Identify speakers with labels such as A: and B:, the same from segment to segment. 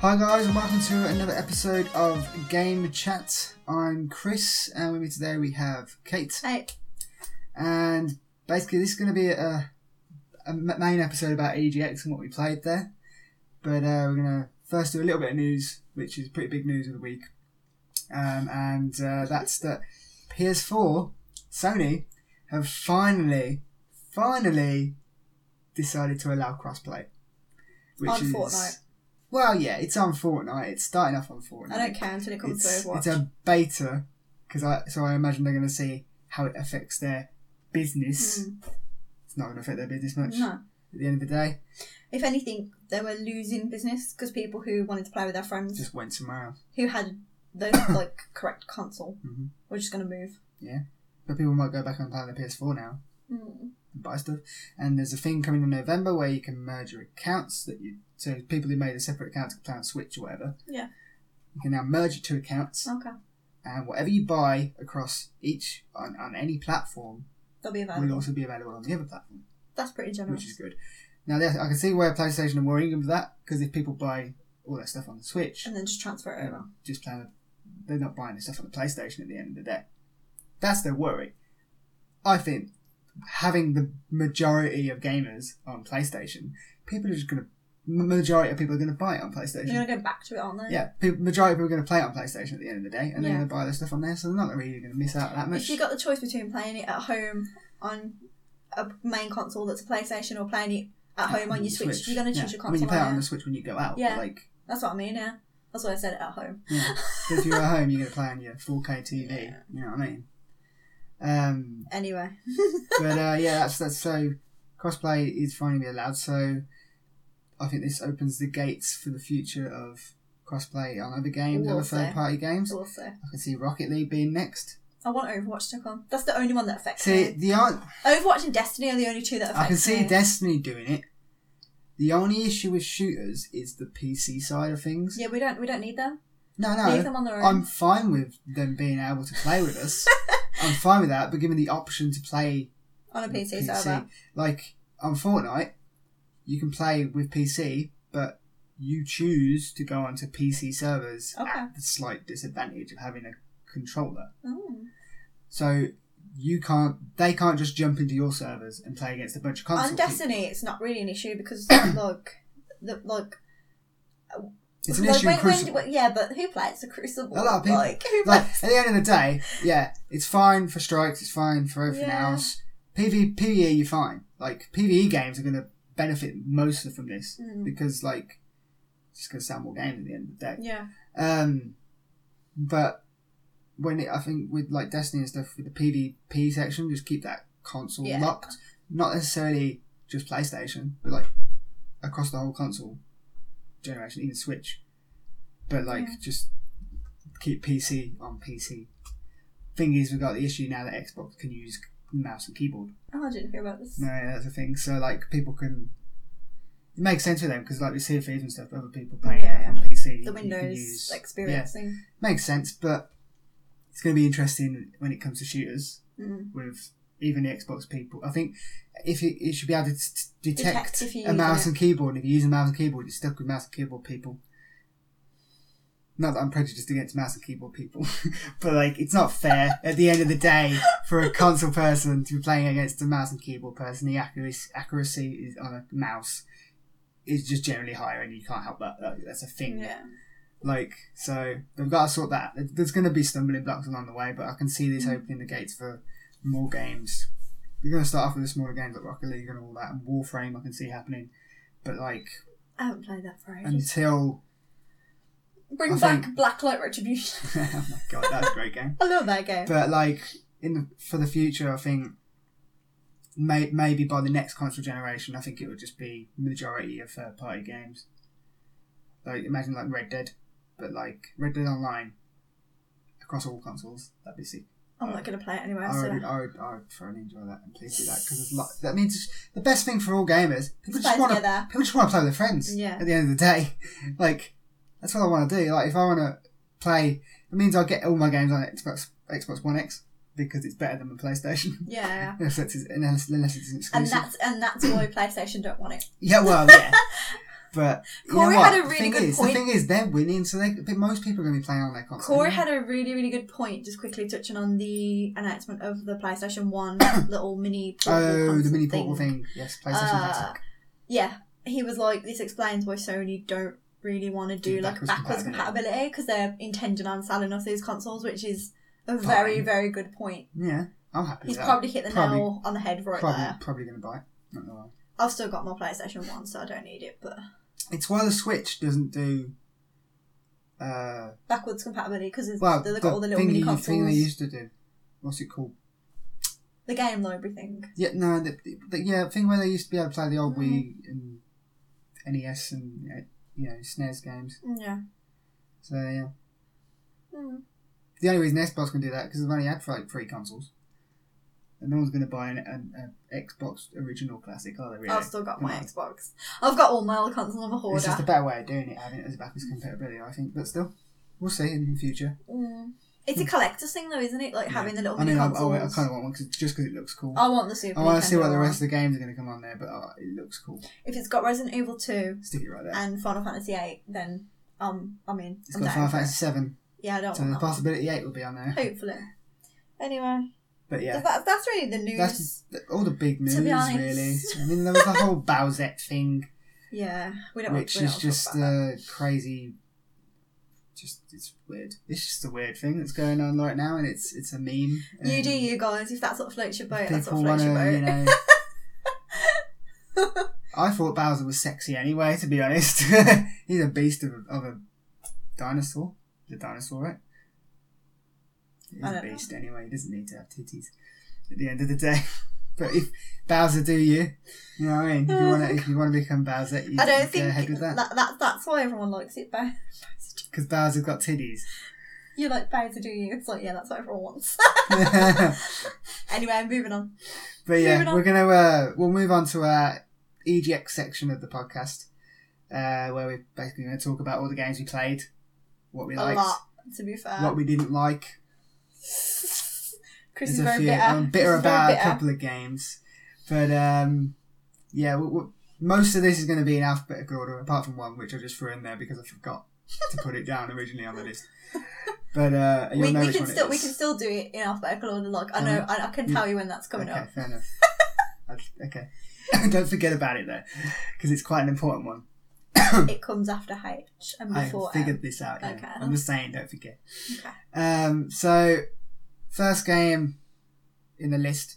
A: Hi guys, and welcome to another episode of Game Chat. I'm Chris, and with me today we have Kate.
B: Hey.
A: And basically, this is going to be a, a m- main episode about EGX and what we played there. But uh, we're going to first do a little bit of news, which is pretty big news of the week. Um, and uh, that's that PS4, Sony, have finally, finally decided to allow crossplay.
B: On Fortnite.
A: Well, yeah, it's on Fortnite. It's starting off on Fortnite.
B: I don't care until it comes
A: It's,
B: to Hmm, Overwatch.
A: it's a beta because I so I imagine they're going to see how it affects their business.
B: Mm,
A: It's not going to affect their business much
B: no.
A: at the end of the day.
B: If anything, they were losing business because people who wanted to play with their friends
A: Just went somewhere else,
B: who had the like correct console
A: Mhm.
B: were just going to move.
A: but people might go back and play on the PS4 now
B: Mm.
A: and buy stuff. And there's a thing coming in November where you can merge your accounts that you so people who made a separate account to play on Switch or whatever.
B: Yeah.
A: You can now merge your two accounts,
B: Okay,
A: and whatever you buy across each on, on any platform
B: they'll be
A: will
B: available.
A: also be available on the other platform.
B: That's pretty generous.
A: which is good. Now, there- I can see where PlayStation are worrying with that because if people buy all their stuff on the Switch,
B: And then just transfer it over.
A: um, just plan, they're not buying the stuff on the PlayStation at the end of the day. That's their worry. I think having the majority of gamers on PlayStation, people are just going to majority of people are going to buy it on PlayStation.
B: They're going to go back to it, aren't they?
A: Yeah, people, majority of people are going to play it on PlayStation at the end of the day, and they're
B: Yeah.
A: going to buy their stuff on there, so they're not really going to miss out that
B: If
A: much.
B: you got the choice between playing it at home on a main console that's a PlayStation or playing it at home on your Switch, you're going to choose
A: Yeah.
B: your
A: I mean,
B: console.
A: you play it
B: aren't
A: on
B: you?
A: the Switch when you go out. but,
B: Yeah.
A: like
B: That's what I mean. Yeah, that's why I said it at home.
A: Yeah. So if you're at home, you're going to play on your 4K TV.
B: Yeah.
A: You know what I mean? Um,
B: Anyway,
A: but uh, yeah, that's that's so crossplay is finally being allowed. So I think this opens the gates for the future of crossplay on other games,
B: We'll
A: other
B: see.
A: third-party games.
B: we'll see.
A: I can see Rocket League being next.
B: I want Overwatch to come. That's the only one that affects
A: See,
B: me.
A: the on-
B: Overwatch and Destiny are the only two that affect
A: I can see
B: me.
A: Destiny doing it. The only issue with shooters is the PC side of things.
B: yeah, we don't we don't need them.
A: No, no,
B: Leave them on their own.
A: I'm fine with them being able to play with us. I'm fine with that, but given the option to play
B: on a PC, server.
A: Like on Fortnite, you can play with PC, but you choose to go onto PC servers
B: Okay.
A: at the slight disadvantage of having a controller.
B: Oh.
A: So you can't, they can't just jump into your servers and play against a bunch of console.
B: On
A: people.
B: Destiny, it's not really an issue because like the like
A: It's an
B: like,
A: issue.
B: when-
A: in
B: when-
A: Crucible.
B: yeah, but who plays the Crucible?
A: A lot of people.
B: Like, who
A: like
B: plays?
A: at the end of the day, yeah, it's fine for strikes. It's fine for everything
B: Yeah.
A: else. PV, PVE, E, you're fine. Like PVE games are going to benefit mostly from this
B: Mm.
A: because like it's just going to sell more games at the end of the day.
B: Yeah,
A: Um, but when it, I think with like Destiny and stuff with the PvP section, just keep that console
B: Yeah.
A: locked. Not necessarily just PlayStation, but like across the whole console generation, even Switch. But like
B: Yeah.
A: just keep PC on PC. Thing is, we've got the issue now that Xbox can use mouse and keyboard.
B: oh, I didn't hear about this.
A: No, yeah, that's a thing. So like people can. It makes sense for them because like we see Thieves and stuff, other people playing
B: Yeah.
A: it on PC.
B: The
A: you can
B: Windows
A: use-
B: experience thing.
A: makes sense, but it's going to be interesting when it comes to shooters
B: Mm.
A: with even the Xbox people. I think if you, you should be able to t- t- detect,
B: Detect if you
A: a
B: use
A: mouse
B: it.
A: and keyboard, and if you use a mouse and keyboard, you're stuck with mouse and keyboard people. Not that I'm prejudiced against mouse and keyboard people, but like it's not fair at the end of the day for a console person to be playing against a mouse and keyboard person. The accuracy, accuracy is on a mouse is just generally higher, and you can't help that. That- That's a thing.
B: Yeah,
A: Like, so they've got to sort that. There- There's going to be stumbling blocks along the way, but I can see this opening the gates for more games. We're going to start off with the smaller games like Rocket League and all that, and Warframe I can see happening. But, like,
B: I haven't played that for ages.
A: until.
B: Bring
A: I
B: back
A: think-
B: Blacklight Retribution.
A: oh my god, that's a great game.
B: I love that game.
A: But, like, in the, for the future, I think may, maybe by the next console generation, I think it would just be majority of third party games. Like, imagine, like, Red Dead, but, like, Red Dead Online across all consoles. That'd be sick.
B: I'm not gonna play it anyway.
A: I would,
B: So.
A: I would, I would thoroughly enjoy that and please do that because like, that means the best thing for all gamers. People
B: Play
A: just want to.
B: together.
A: People just want to play with their friends.
B: Yeah.
A: At the end of the day, like that's what I want to do. Like if I want to play, it means I get all my games on Xbox Xbox One X because it's better than my PlayStation.
B: Yeah.
A: unless, it's, unless, unless it's an exclusive.
B: And that's and that's why PlayStation don't want it.
A: Yeah, well, yeah. But you
B: Corey
A: know what?
B: had a really
A: thing
B: good
A: is,
B: point.
A: The thing is, they're winning, so they, but most people are going to be playing on their console.
B: Corey had a really, really good point, just quickly touching on the announcement of the PlayStation 1 little mini portable
A: oh, the
B: console
A: mini portable thing. Yes, PlayStation
B: Uh,
A: Classic.
B: Yeah, he was like, this explains why Sony don't really want to do,
A: Do
B: like
A: backwards
B: backwards
A: compatibility.
B: compatibility because they're intending on selling us these consoles, which is a very,
A: Fine.
B: very good point.
A: Yeah, I'm happy
B: He's
A: with that.
B: probably hit the
A: Probably-
B: nail on the head right
A: probably
B: there.
A: probably going to buy it. Not gonna lie.
B: I've still got my PlayStation 1, so I don't need it, but
A: It's why the Switch doesn't do. Uh,
B: backwards compatibility because
A: well,
B: they've
A: the
B: got all the little
A: thing,
B: mini
A: you, thing they
B: consoles.
A: used to do. What's it called?
B: The game library thing.
A: Yeah, no, the, the, the- yeah, thing where they used to be able to play the old
B: Mm.
A: Wii and NES and uh, you know SNES games.
B: Yeah.
A: So yeah,
B: Mm.
A: the only reason Xbox can do that because they've only had like three consoles, and no one's going to buy an, an, a Xbox original classic, are they? Really?
B: I've still got my
A: No.
B: Xbox. I've got all my old consoles on a hoarder.
A: It's just a better way of doing it, having it as backwards compatibility, I think. But still, we'll see in the future.
B: Mm. It's a collector's thing though, isn't it? Like
A: Yeah.
B: having the little
A: I mean,
B: mini
A: I, I,
B: consoles.
A: I kind of want one cause, just because it looks cool.
B: I want the Super
A: I want to see
B: Nintendo
A: what the
B: one.
A: rest of the games are going to come on there, but uh it looks cool.
B: If it's got Resident Evil 2
A: Stick it right there.
B: and Final Fantasy 8, then um, I'm in.
A: It's
B: I'm Oh,
A: got
B: down
A: Final
B: for it.
A: Fantasy Seven,
B: Yeah, I don't
A: so
B: want
A: the
B: that one.
A: possibility eight will be on there.
B: Hopefully. Anyway,
A: But yeah,
B: that, that's really the news.
A: that's th- all the big news,
B: To be honest.
A: really. I mean, there was the whole Bowsette thing,
B: Yeah, we don't.
A: which
B: we don't
A: is just
B: talk about that.
A: uh, crazy. Just it's weird. It's just a weird thing that's going on right now, and it's it's a meme.
B: You
A: and
B: do you guys. If that's what floats your boat, that's what
A: uh, um, People want
B: floats
A: to,
B: your boat.
A: you know. I thought Bowser was sexy anyway. To be honest, he's a beast of a, of a dinosaur. The dinosaur, right? He's
B: I
A: a
B: don't know.
A: beast anyway. He doesn't need to have titties at the end of the day. But if Bowser do you, you know what I mean. If you want to, if you want to become Bowser, you,
B: I
A: you
B: don't
A: go ahead
B: think
A: with that
B: that, that that's why everyone likes it. But
A: because Bowser's got titties.
B: you like Bowser, do you? It's like yeah, that's what everyone wants.
A: but
B: anyway, moving on. Moving
A: yeah,
B: on.
A: we're gonna uh, we'll move on to our EGX section of the podcast, uh, where we're basically going to talk about all the games we played, what we
B: a
A: liked,
B: lot, uh, to be fair.
A: what we didn't like.
B: Chris is
A: There's a
B: very
A: few-
B: bitter.
A: I'm bitter
B: Chris is very
A: about
B: bitter.
A: a couple of games, but um, yeah, w w most of this is going to be in alphabetical order, apart from one which I just threw in there because I forgot to put it down originally on the list. But uh, you'll
B: We,
A: know
B: we
A: which
B: can
A: one
B: still
A: it
B: we
A: is.
B: can still do it in alphabetical order. Like I know I, I can
A: Yeah.
B: tell you when that's coming
A: okay,
B: up.
A: fair enough. I- okay, don't forget about it though, because it's quite an important one.
B: It comes after H and
A: Mm. I
B: before M.
A: figured this out. Yeah.
B: Okay.
A: I'm just saying, don't forget.
B: Okay.
A: Um, so, first game in the list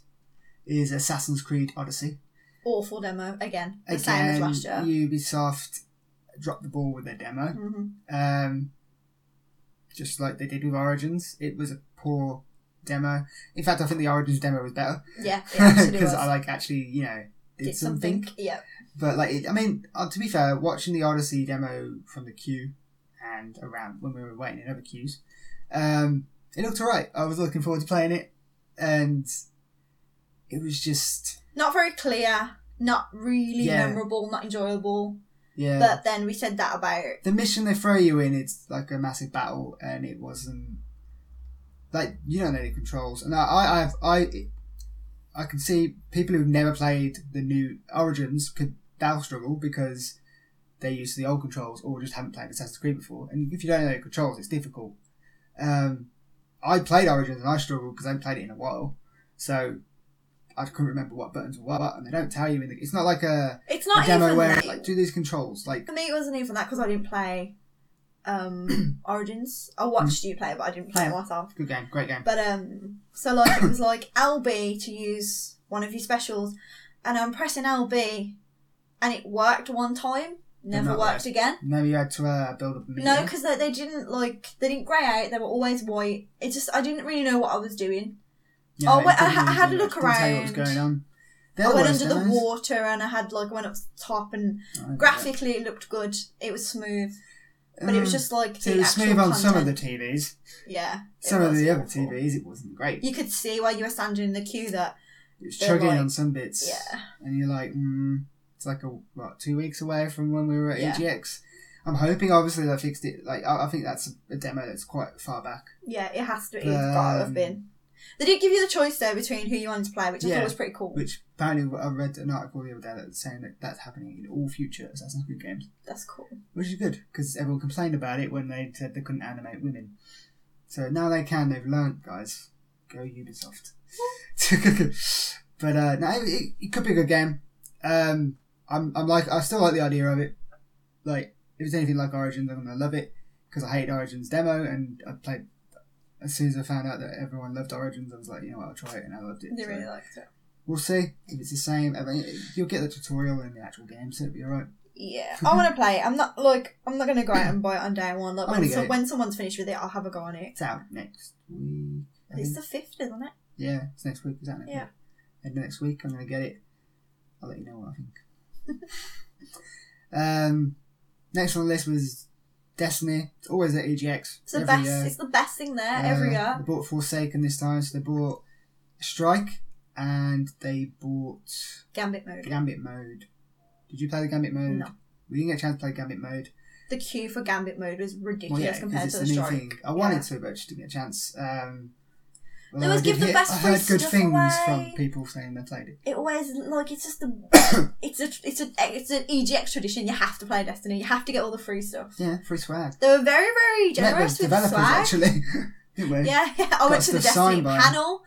A: is Assassin's Creed Odyssey.
B: Awful demo again. The same as
A: Again,
B: last year.
A: Ubisoft dropped the ball with their demo,
B: hmm
A: um, just like they did with Origins. It was a poor demo. In fact, I think the Origins demo was better
B: Yeah, it actually was.
A: because I like actually you know did,
B: did
A: something.
B: something. Yeah,
A: But like, it, I mean, uh, to be fair, watching the Odyssey demo from the queue and around when we were waiting in other queues, um, it looked alright. I was looking forward to playing it, and it was just
B: not very clear. Not really
A: Yeah.
B: memorable. Not enjoyable.
A: yeah.
B: But then we said that about
A: the mission they throw you in, it's like a massive battle, and it wasn't like you don't know the controls. And I, I, I've, I, I can see people who've never played the new Origins could they'll struggle because they're used to the old controls or just haven't played Assassin's Creed before. And if you don't know the controls, it's difficult. Um, I played Origins and I struggled because I haven't played it in a while, so. I couldn't remember what buttons were what, and they don't tell you. In the, it's not like a,
B: It's
A: a
B: not
A: demo
B: even
A: where
B: that.
A: like do these controls. Like
B: for me, it wasn't even that because I didn't play um, Origins. I watched you play, but I didn't play it
A: Yeah.
B: myself.
A: good game, great game.
B: But um, so like it was like LB to use one of your specials, and I'm pressing LB, and it worked one time, never
A: not
B: worked again.
A: No, you had to uh, build up a meter.
B: No, because they, they didn't like they didn't grey out. They were always white. It just I didn't really know what I was doing.
A: Yeah,
B: oh,
A: it
B: wait, I
A: didn't
B: ha- I had a
A: do
B: look
A: much. Didn't tell you what was
B: around.
A: going on.
B: I went under the water and I had like went up top and graphically it looked good. It was smooth, but it was just like
A: Mm. Um, So
B: the
A: it was
B: actual
A: smooth on some of
B: content.
A: the TVs.
B: Yeah. it
A: Some of
B: was
A: the other
B: awful.
A: TVs, it wasn't great.
B: You could see while you were standing in the queue that,
A: It was
B: they're
A: chugging
B: like-
A: on some bits.
B: yeah.
A: And you're like, mm, it's like a what two weeks away from when we were at
B: Yeah.
A: EGX. I'm hoping, obviously, they fixed it. Like, I, I think that's a demo that's quite far back.
B: Yeah, it has to, it's got to have
A: Um,
B: been. They did give you the choice there between who you wanted to play, which I
A: Yeah.
B: thought was pretty cool.
A: Which apparently I read an article the other day that's saying that that's happening in all future Assassin's Creed games,
B: That's cool.
A: which is good because everyone complained about it when they said they couldn't animate women. So now they can. They've learnt, guys. Go Ubisoft. but uh, no, it- it, it could be a good game. Um, I'm, I'm like I still like the idea of it. Like if it's anything like Origins, I'm gonna love it because I hate Origins demo and I played. As soon as I found out that everyone loved Origins, I was like, you know what, I'll try it, and I loved it.
B: They
A: So-
B: really liked it.
A: We'll see if it's the same. I mean, you'll get the tutorial in the actual game, so it'll be alright.
B: Yeah, I want to play. it. I'm not like I'm not gonna go out and buy it on day one. Like
A: I'm
B: when,
A: gonna get
B: so,
A: it.
B: when someone's finished with it, I'll have a go on it.
A: It's out next week. I
B: It's
A: think.
B: the fifth, isn't it?
A: Yeah, it's next week. Is that next
B: Yeah.
A: week? And next week, I'm going to get it. I'll let you know what I think. um, next on the list was Destiny. It's always at EGX.
B: It's the
A: every
B: best.
A: year.
B: It's the best thing there
A: Uh,
B: every year.
A: They bought Forsaken this time, so they bought Strike and they bought
B: Gambit mode.
A: Gambit Mode. Did you play the Gambit Mode?
B: No.
A: We didn't get a chance to play Gambit Mode.
B: The queue for Gambit mode was ridiculous
A: 'cause
B: compared
A: it's
B: to the
A: new
B: strike.
A: thing. I wanted
B: Yeah.
A: to, but I just didn't get a chance. Um,
B: They always
A: I
B: give
A: did
B: the
A: hear-
B: best
A: I
B: free
A: heard good
B: stuff
A: things
B: away.
A: from people saying they played it.
B: It always like it's just the it's a it's a it's an EGX tradition. You have to play Destiny. You have to get all the free stuff.
A: Yeah, free swag.
B: They were very very
A: Met
B: generous
A: the
B: with the
A: developers
B: swag.
A: actually, didn't we?
B: Yeah, yeah. I went to the
A: stuff
B: Destiny
A: signed by 'em.
B: panel.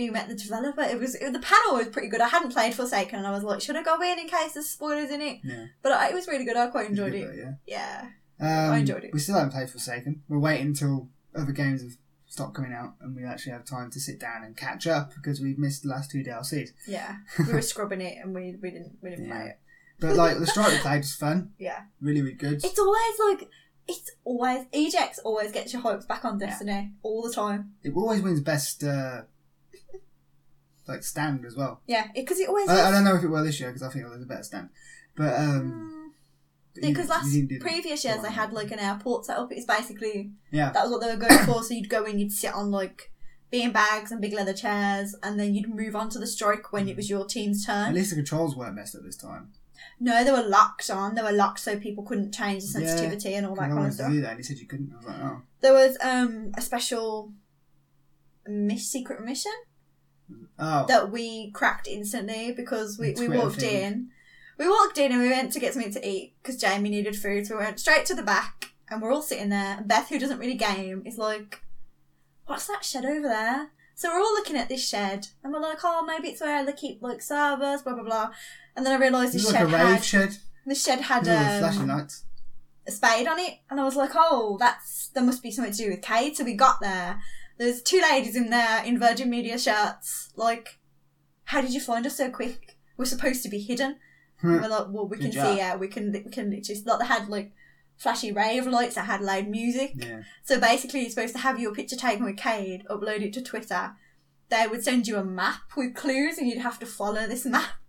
B: We met the developer. It was it, the panel was pretty good. I hadn't played Forsaken, and I was like, should I go in in case there's spoilers in it?
A: Yeah,
B: But I, it was really good. I quite enjoyed
A: good
B: it.
A: though, yeah.
B: Yeah,
A: Um,
B: I enjoyed it.
A: We still haven't played Forsaken. We're waiting until other games have stopped coming out and we actually have time to sit down and catch up because we've missed the last two DLCs.
B: yeah. we were scrubbing it, and we, we didn't we didn't
A: Yeah.
B: play it.
A: But like the Strike we played was fun.
B: Yeah.
A: Really, really good.
B: It's always like it's always EGX always gets your hopes back on Destiny all the time.
A: It always wins best uh, like stand as well.
B: Yeah, because it, always.
A: I, I don't know if it will this year because I think it was a better stand. But
B: mm.
A: um, you-
B: because
A: you
B: Hmm. last
A: didn't do the-
B: previous years they had like an airport set up. It's basically
A: yeah,
B: that was what they were going for. So you'd go in, you'd sit on like bean bags and big leather chairs, and then you'd move on to the strike when it was your team's
A: at
B: turn.
A: least the controls weren't messed up this time.
B: No, they were locked on. They were locked so people couldn't change the sensitivity and all that
A: I
B: kind of
A: wanted to
B: stuff.
A: do that, and he said you couldn't. I was like, oh,
B: There was um a special miss secret mission
A: oh,
B: that we cracked instantly because we,
A: The
B: we
A: Twitter
B: walked
A: thing.
B: in. We walked in and we went to get something to eat because Jamie needed food. So we went straight to the back and we're all sitting there. And Beth, who doesn't really game, is like, What's that shed over there? So we're all looking at this shed and we're like, Oh, maybe it's where they keep like servers, blah, blah, blah. And then I realised
A: this
B: this
A: is like a
B: shed,
A: rave
B: had,
A: shed.
B: this shed had
A: with all the flashing
B: um,
A: lights.
B: a spade on it. And I was like, Oh, that's there must be something to do with Kate. So we got there. There's two ladies in there in Virgin Media shirts, like how did you find us so quick? We're supposed to be hidden.
A: Hmm.
B: And we're like, well, we
A: Good
B: can
A: job.
B: see, yeah, we can, we can literally, like, they had like flashy rave lights that had loud music.
A: Yeah,
B: So basically, you're supposed to have your picture taken with Cade, upload it to Twitter. They would send you a map with clues, and you'd have to follow this map.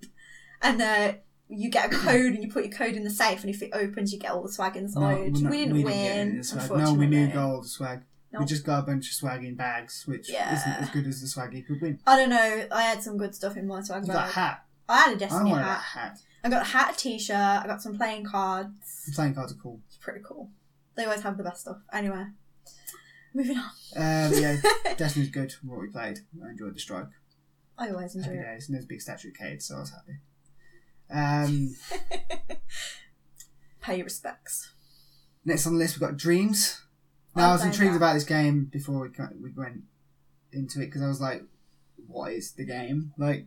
B: And uh, you get a code, and you put your code in the safe, and if it opens, you get all the swag inside.
A: we're not-
B: we didn't
A: get
B: win,
A: any of the swag.
B: unfortunately.
A: No, we knew gold swag. We
B: Nope.
A: just got a bunch of swag in bags, which
B: Yeah.
A: isn't as good as the swag you could win.
B: I don't know. I had some good stuff in my swag
A: You got a
B: bag.
A: hat.
B: I had a
A: I
B: Destiny
A: wanted a
B: hat.
A: hat.
B: I got a hat, a t-shirt. I got some playing cards.
A: The playing cards are cool.
B: It's pretty cool. They always have the best stuff. Anyway, moving on.
A: Um, yeah, Destiny's good. from What we played, I enjoyed the strike.
B: I always enjoy
A: Happy
B: it.
A: days, and there's a big statue of Cade, so I was happy. Um,
B: Pay your respects.
A: Next on the list, we've got Dreams.
B: I
A: Now, I was
B: played
A: intrigued
B: that.
A: about this game before we, ca- we went into it because I was like, what is the game? Like,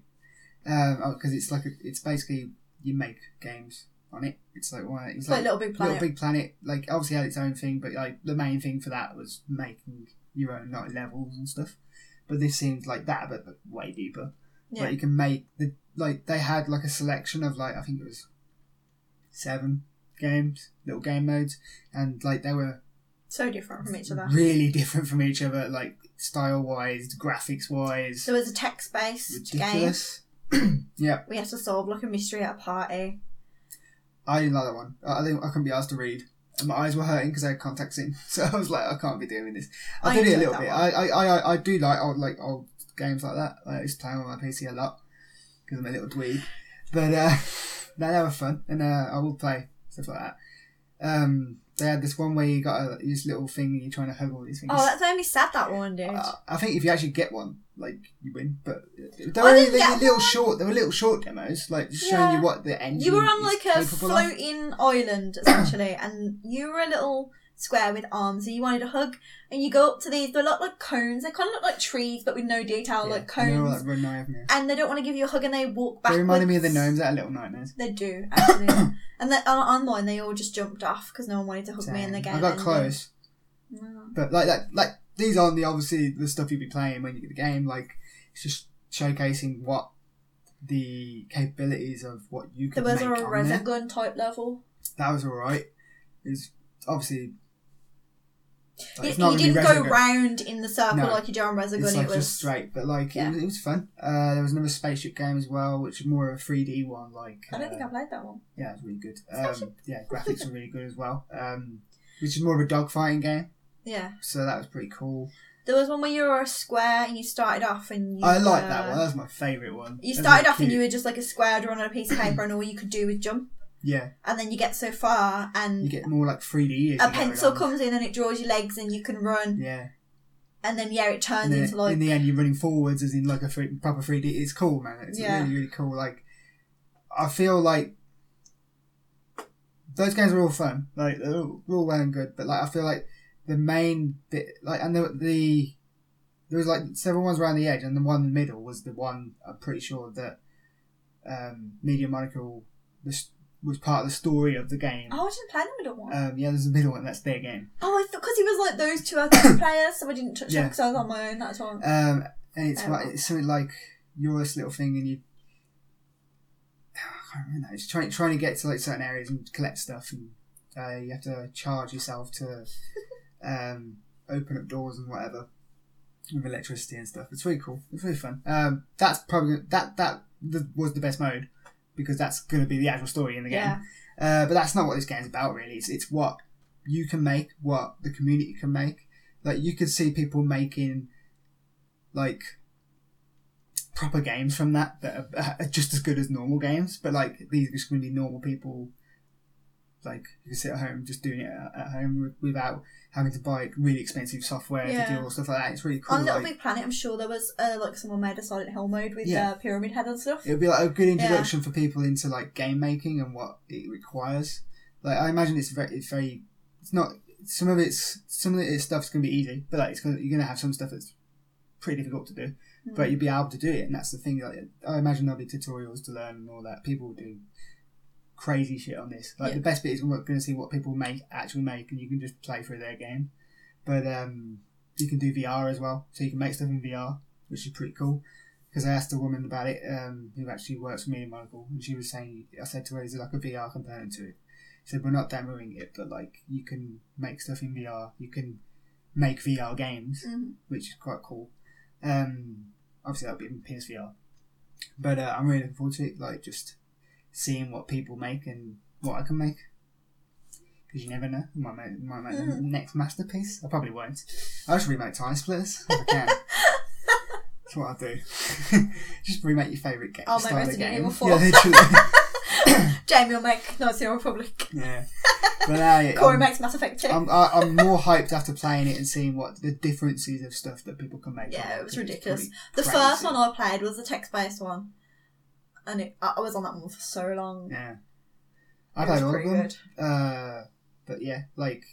A: because it's like, a, it's basically you make games on it. It's like, why? It's
B: It's like,
A: like,
B: Little Big
A: Little
B: Planet.
A: Big Planet, like, obviously had its own thing, but like, the main thing for that was making your own, like, levels and stuff. But this seems like that, but like, way deeper.
B: yeah.
A: Like you can make the like they had like a selection of like I think it was seven games, little game modes, and like they were
B: so different from each other.
A: really different from each other, like style wise, graphics wise,
B: So it was a text-based game.
A: ridiculous. yeah,
B: We had to solve like a mystery at a party.
A: I didn't like that one. I I didn't. I couldn't be asked to read. And my eyes were hurting because I had contacts in, so I was like, I can't be doing this. I,
B: I
A: did it a
B: enjoyed
A: little
B: that
A: bit. I,
B: one.
A: I, I, I- I do like old like old games like that. I used to play 'em on my PC a lot because I'm a little dweeb. But uh, no, they were fun, and uh, I will play stuff like that. Um, they had this one where you got a, this little thing and you're trying to hug all these things. uh,
B: Oh, that's made me sad. That one, dude.
A: I, I think if you actually get one, like you win. But uh, they
B: I
A: were,
B: didn't
A: they were
B: get
A: little short. They were little short demos, like just showing
B: Yeah.
A: you what the engine.
B: You were on
A: is
B: like a
A: capable of.
B: floating island essentially, and you were a little square with arms, and you wanted a hug, and you go up to these. They look like cones. They kind of look like trees, but with no detail, like
A: Yeah, and they were
B: cones.
A: like run away from you.
B: And they don't want to give you a hug, and they walk back.
A: They reminded me of the gnomes out of Little Nightmares.
B: They do actually, and they, on, on mine they all just jumped off because no one wanted to hug me in the
A: Dang.
B: game.
A: I got
B: ended.
A: close.
B: Mm.
A: But like that, like these aren't the obviously the stuff you'd be playing when you get the game. Like it's just showcasing what the capabilities of what you
B: There
A: can
B: was
A: make
B: a
A: on there.
B: resogun type level.
A: That was all right. It's obviously. like,
B: You-
A: it's not
B: you
A: really
B: didn't go
A: Resogun.
B: round in the circle
A: No.
B: like you do on resogun.
A: It's like
B: it was
A: just straight, but like
B: Yeah.
A: it, was, it was fun. Uh, there was another spaceship game as well, which is more of a 3D one. Like
B: I don't
A: uh,
B: think I played that one.
A: Yeah, it's really good.
B: actually-
A: Um, yeah, graphics are really good as well. Um, which is more of a dogfighting game,
B: Yeah,
A: so that was pretty cool.
B: there was one where you were a square and you started off and you.
A: I like that
B: were-
A: one. That was my favourite one.
B: You
A: That was
B: started
A: really
B: off and you
A: cute.
B: were just like a square drawn on a piece of paper, and all you could do was jump.
A: yeah,
B: And then you get so far,
A: you
B: and
A: get more like 3D. as
B: a
A: you go
B: pencil
A: along.
B: comes in and it draws your legs, and you can run.
A: Yeah,
B: And then yeah, it turns
A: and then
B: into like
A: in the end, you're running forwards as in like a free, proper 3D. It's cool, man. It's
B: Yeah.
A: really really cool. Like, I feel like those games are all fun. Like they're all, they're all well and good, but like I feel like the main bit, like and the, the there was like several ones around the edge, and the one in the middle was the one I'm pretty sure that um, Media Monocle this was part of the story of the game.
B: oh, I didn't play the middle one.
A: Um, yeah, there's a middle one. That's their game.
B: oh, I thought because he was like those two other players, so I didn't touch them
A: Yeah.
B: because I was on my own that time.
A: Um, and it's
B: Oh.
A: like it's something like you're this little thing, and you. I can't remember. that. It's trying trying to get to like certain areas and collect stuff, and uh, you have to charge yourself to um, open up doors and whatever with electricity and stuff. It's really cool. It's really fun. Um, that's probably that that the, was the best mode because that's going to be the actual story in the game.
B: yeah,
A: Uh, but that's not what this game's about, really. It's, it's what you can make, what the community can make. Like, you could see people making, like, proper games from that that are, are just as good as normal games, but, like, these are just going to be normal people, like, who sit at home just doing it at, at home with, without having to buy really expensive software to
B: Yeah.
A: do all stuff like that. It's really cool.
B: on Little
A: like-
B: Big Planet, I'm sure there was uh, like someone made a Silent Hill mode with
A: Yeah.
B: uh, Pyramid Head and stuff.
A: It would be like a good introduction for people into like game making and what it requires. Like I imagine it's very, it's very, it's not some of it's some of its stuff's gonna be easy, but like it's gonna, you're gonna have some stuff that's pretty difficult to do. But
B: Mm.
A: you'd be able to do it, and that's the thing. Like I imagine there'll be tutorials to learn and all that. People will do crazy shit on this. Like
B: Yeah.
A: the best bit is we're gonna see what people make actually make, and you can just play through their game. But um, you can do VR as well, so you can make stuff in VR, which is pretty cool because I asked a woman about it um, who actually works for me in Monocle, and she was saying, I said to her, is there like a VR component to it? She said, we're not demoing it, but like you can make stuff in VR, you can make VR games,
B: Mhm.
A: which is quite cool. Um, obviously, that'll be in PSVR, but uh, I'm really looking forward to it, like just seeing what people make and what I can make. Because you never know, I might make, might make the
B: Mhm.
A: next masterpiece. I probably won't. I'll just remake Time Splitters if I can. That's what I do. Just remake your favourite game.
B: I'll make
A: style of
B: Resident
A: game.
B: Evil 4.
A: Yeah, literally.
B: mm. Jamie will make Knights of the Old Republic.
A: yeah. But I,
B: Corey
A: I'm,
B: makes Mass Effect 2.
A: I'm, I- I'm more hyped after playing it and seeing what the differences of stuff that people can make.
B: Yeah,
A: from
B: it was
A: because it's
B: ridiculous.
A: pretty
B: The
A: crazy.
B: first one I played was the text based one, and it, I I was on that one for so long.
A: Yeah.
B: It
A: I
B: was
A: played all of
B: pretty
A: them.
B: good.
A: Uh, but yeah, like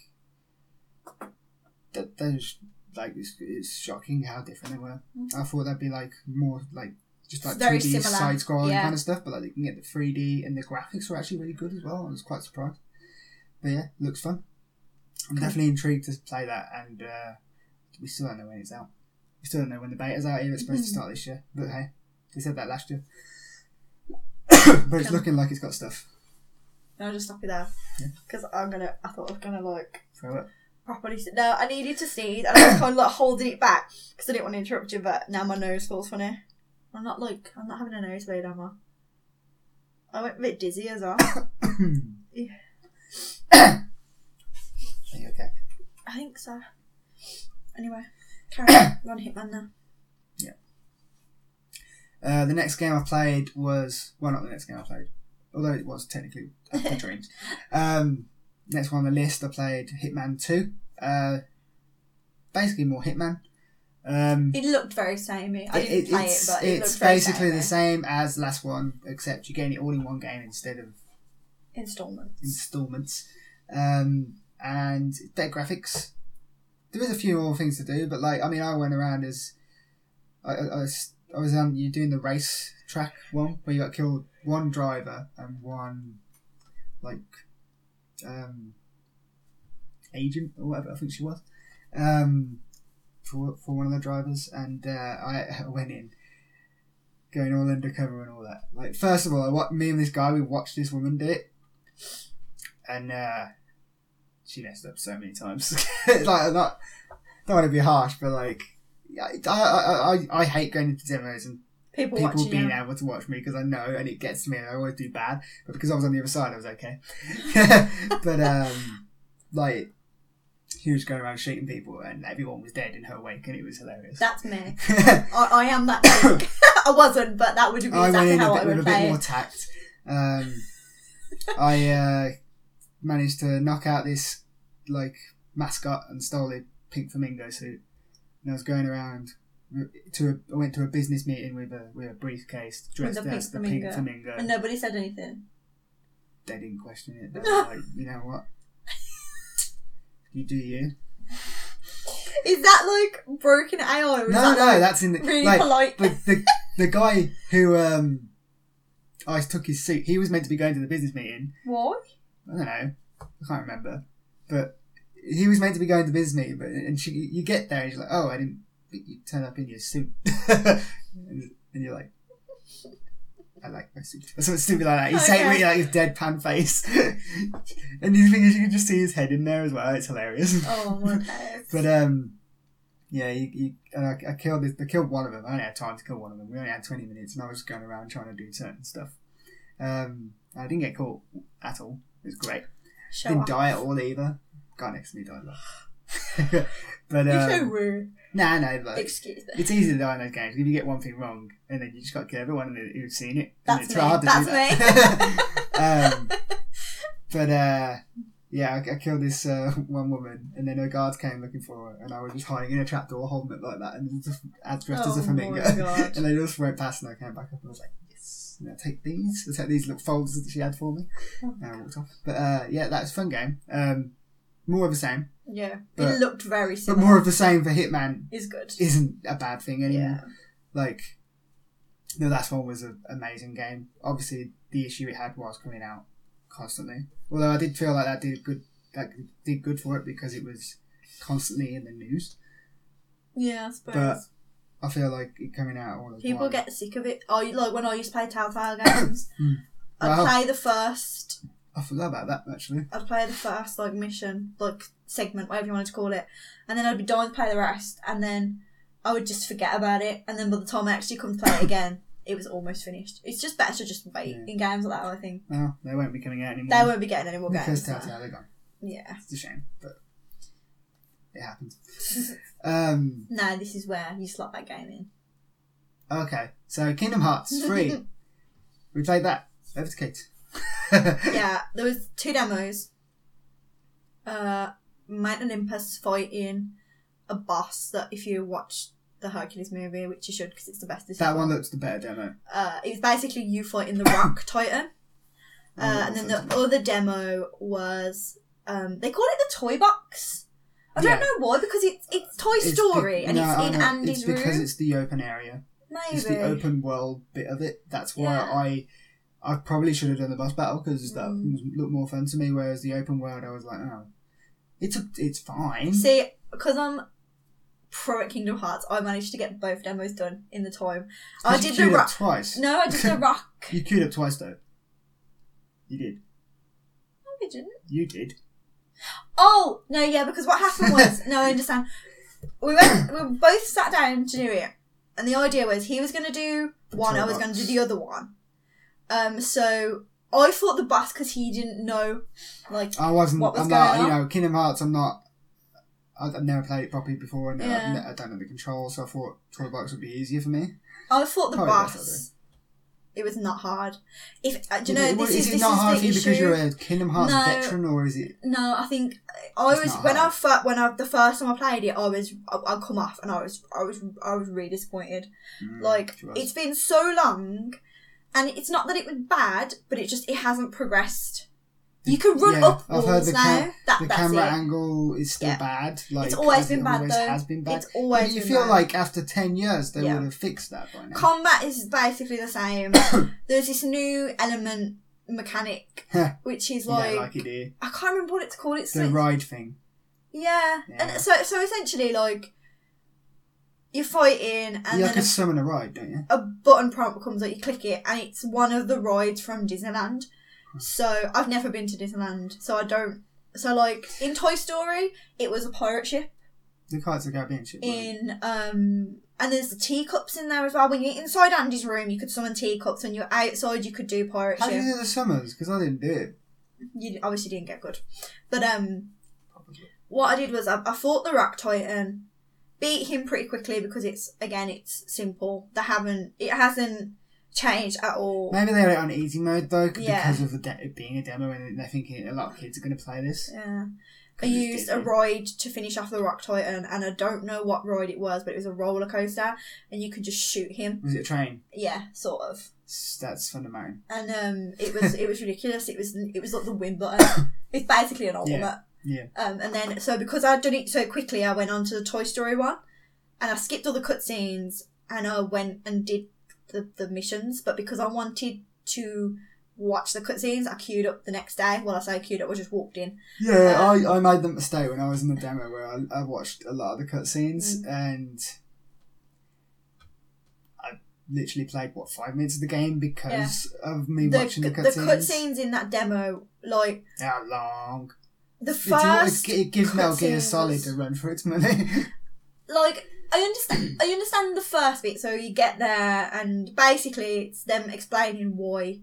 A: that. That is like it's, it's shocking how different they were.
B: Mhm.
A: I thought that'd be like more like just like
B: Very
A: 3D
B: similar,
A: side scrolling
B: yeah.
A: kind of stuff, but like you can get the 3D and the graphics were actually really good as well. I was quite surprised. But yeah, looks fun. I'm
B: Cool.
A: definitely intrigued to play that, and uh, we still don't know when it's out. We still don't know when the beta's out. Either it's supposed to
B: Mhm.
A: start this year, but hey, they said that last year. but it's
B: Cool.
A: looking like it's got stuff.
B: And I'll just stop you there
A: Yeah.
B: because I'm gonna. I thought I was gonna like
A: Throw it.
B: properly. sit- No, I needed to sneeze, and I was kind of like holding it back because I didn't want to interrupt you. But now my nose feels funny. I'm not like I'm not having a nosebleed, am I? I went a bit dizzy as well. Yeah.
A: Are you okay?
B: I think so. Anyway, carry on. We're on Hitman now.
A: Uh, the next game I played was well, not the next game I played, although it was technically After Dreams. Um, next one on the list, I played Hitman Two. Uh, basically more Hitman. Um,
B: It looked very samey. I
A: it-
B: didn't
A: it-
B: play it,
A: it's
B: but it
A: it's
B: looked very
A: basically
B: samey.
A: the same as the last one, except you're getting it all in one game instead of
B: Installments.
A: installments. Um, and their graphics. There is a few more things to do, but like I mean, I went around as I, I, I was I was um you doing the race track one where you got killed one driver and one like um agent or whatever I think she was um for for one of the drivers and uh, I went in going all undercover and all that like first of all I wa- me and this guy we watched this woman do it and uh, she messed up so many times. like, I'm not don't want to be harsh, but like, I, I, I, I hate going into demos and
B: People,
A: people
B: watching
A: being
B: you.
A: able to watch me because I know and it gets to me and I always do bad. But because I was on the other side, I was okay. but um, like, she was going around shooting people and everyone was dead in her wake, and it was hilarious.
B: That's me. I, I am that. chick. I wasn't, but that would have been
A: I went
B: exactly
A: in a
B: how I
A: bit, with
B: would
A: a bit
B: play
A: more
B: it.
A: tact. Um, I uh, managed to knock out this like mascot and stole a pink flamingo suit. And I was going around to a, I went to a business meeting with a with a briefcase dressed
B: pink
A: as the pink
B: flamingo.
A: flamingo.
B: And nobody said anything.
A: They didn't question it. They were like, you know what? You do you.
B: Is that like broken AI? Or is
A: No,
B: that
A: no,
B: like
A: that's in the
B: really
A: like,
B: polite.
A: the, the, the guy who um, I took his suit. He was meant to be going to the business meeting.
B: Why?
A: I don't know. I can't remember. But he was meant to be going to the business meeting, but and she, you get there and she's like, "Oh, I didn't." But you turn up in your suit, and, and you're like, "I like my suit." Or something stupid like that. He's saying it really like his deadpan face, and the thing is, you can just see his head in there as well. It's hilarious.
B: Oh my days.
A: But um, yeah, you, you, and I, I killed this, I killed one of them. I only had time to kill one of them. We only had twenty minutes, and I was going around trying to do certain stuff. Um, I didn't get caught at all. It was great.
B: Show
A: didn't
B: off.
A: die at all either. Guy next to me died a lot. but
B: You're so
A: um,
B: rude.
A: nah, no, like,
B: Excuse me.
A: it's easy to die in those games. If you get one thing wrong, and then you just got to kill everyone who- who's seen it. and
B: That's
A: it's
B: me.
A: hard to
B: That's
A: do that. um, but uh, yeah, I, I killed this uh, one woman, and then her guards came looking for her, and I was just hiding in a trapdoor, holding it like that, and just as dressed as
B: Oh
A: a flamingo.
B: my God.
A: and they just went past, and I came back up, and I was like, yes. And I take these. I take these little folders that she had for me,
B: Oh.
A: and I walked off. But uh, yeah, that was a fun game. Um, more of the same,
B: Yeah.
A: But-
B: it looked very
A: but
B: similar.
A: more of the same for Hitman
B: is good.
A: isn't a bad thing anymore
B: Yeah.
A: like the last one was an amazing game. Obviously, the issue it had was coming out constantly. Although I did feel like that did good, that did good for it because it was constantly in the news.
B: Yeah, I suppose.
A: But I feel like it coming out all the
B: People
A: time.
B: get sick of it. Oh, you- like when I used to play Telltale games,
A: Hmm.
B: I'd
A: Wow.
B: play the first,
A: I forgot about that actually.
B: I'd play the first like mission, like segment, whatever you wanted to call it, and then I'd be dying to play the rest, and then I would just forget about it, and then by the time I actually come to play it again, it was almost finished. It's just better to just wait
A: Yeah.
B: in games like that. I think
A: No, they won't be coming out anymore.
B: they won't be getting any more
A: because
B: games.
A: Telltale they're gone.
B: Yeah.
A: It's a shame, but it happened. um.
B: No, this is where you slot that game in.
A: Okay, so Kingdom Hearts three. we played that. Over to Kate.
B: yeah, there was two demos. Uh, Mount Olympus fighting a boss that if you watch the Hercules movie, which you should because it's the best.
A: That one looks the better demo.
B: Uh, it was basically you fighting the Rock Titan. Uh,
A: Oh,
B: and then the other demo was um, they call it the toy box. I
A: Yeah.
B: don't know why because it's it's Toy
A: It's
B: Story
A: be-
B: and
A: no,
B: it's
A: I
B: in
A: know.
B: Andy's
A: it's
B: room.
A: because it's the open area.
B: Maybe
A: It's the open world bit of it. That's why
B: Yeah.
A: I I probably should have done the boss battle because that
B: Mm.
A: was- looked more fun to me. Whereas the open world, I was like, oh, it's a, it's fine.
B: See, because I'm pro at Kingdom Hearts, I managed to get both demos done in the time. I
A: 'Cause
B: did
A: you
B: the
A: queued up
B: rock.
A: twice.
B: No, I did the rock.
A: You queued up twice though. You did.
B: No, I didn't.
A: You did.
B: Oh no, yeah, because what happened was no, I understand. We went. We both sat down to do it, and the idea was he was going to do one, I was
A: Toolbox.
B: going to do the other one. Um, so I fought the boss because he didn't know, like
A: I wasn't.
B: What was
A: I'm not.
B: going
A: You know, Kingdom Hearts. I'm not. I- I've never played it properly before, and uh, I've
B: Yeah.
A: ne- I don't know the controls, so I thought toolbox would be easier for me.
B: I fought the
A: Probably
B: boss.
A: that's
B: It was not hard. If uh, do you
A: Is
B: know,
A: it-
B: this
A: is
B: is,
A: it
B: this
A: not
B: is
A: hard
B: the
A: for you
B: issue.
A: because you're a Kingdom Hearts
B: No.
A: veteran, or is it?
B: No, I think uh, I
A: It's
B: was
A: not
B: when I
A: hard.
B: fir- when I the first time I played it, I was I, I come off and I was I was I was really disappointed.
A: Mm,
B: like
A: she was.
B: it's been so long, and it's not that it was bad, but it just it hasn't progressed. You can run
A: Yeah,
B: up
A: I've
B: walls
A: heard the
B: now.
A: cam-
B: that,
A: the
B: that's
A: camera
B: it.
A: angle is still
B: Yeah.
A: bad. Like
B: It's always
A: as
B: been
A: it
B: bad,
A: always
B: though.
A: has been bad.
B: It's always
A: But you
B: been
A: feel
B: bad.
A: like after ten years they
B: Yeah.
A: would have fixed that by now.
B: combat is basically the same. There's this new element mechanic, which is
A: you don't
B: like,
A: like it, do you?
B: I can't remember what it's called. It's
A: The
B: like-
A: ride thing.
B: yeah.
A: Yeah.
B: and so so essentially like you're fighting and
A: you
B: then
A: like a summon a ride, don't you?
B: a button prompt comes up, you click it, and it's one of the rides from Disneyland. So I've never been to Disneyland, so I don't. So like in Toy Story, it was a pirate ship.
A: The Cards of the Caribbean ship. right?
B: In um, and there's the teacups in there as well. When you're inside Andy's room, you could summon teacups. When you're outside, you could do pirate
A: How do
B: ship.
A: you do the summons? Because I didn't do it.
B: you obviously didn't get good. But um,
A: Probably.
B: what I did was I, I fought the Rock Titan, beat him pretty quickly because it's again it's simple. They haven't it hasn't changed at all.
A: Maybe they had it on easy mode though, c-
B: Yeah.
A: because of the de- it being a demo, and they're thinking a lot of kids are going to play this.
B: Yeah.
A: 'Cause
B: I
A: it's
B: used a
A: Disney.
B: ride to finish off the Rock Titan, and I don't know what ride it was, but it was a roller coaster, and you could just shoot him.
A: Was it a train?
B: Yeah, sort of.
A: S- That's fun to mine.
B: And um, it was it was ridiculous. It was it was like the win button. it's basically an ultimate.
A: Yeah.
B: Um, and then so because I'd done it so quickly, I went on to the Toy Story one, and I skipped all the cutscenes, and I went and did the, the missions. But because I wanted to watch the cutscenes, I queued up the next day. Well, I say queued up, I just walked in.
A: Yeah,
B: Um,
A: I, I made the mistake when I was in the demo where I, I watched a lot of the cutscenes
B: Mm.
A: and I literally played what five minutes of the game because of me
B: the,
A: watching the
B: the
A: cutscenes.
B: cutscenes in that demo, like
A: They are long.
B: the
A: It, do you know what?
B: first,
A: It- it gives Metal Gear
B: cutscenes
A: Solid
B: was-
A: a run for its money.
B: like I understand, I understand the first bit. So you get there, and basically it's them explaining why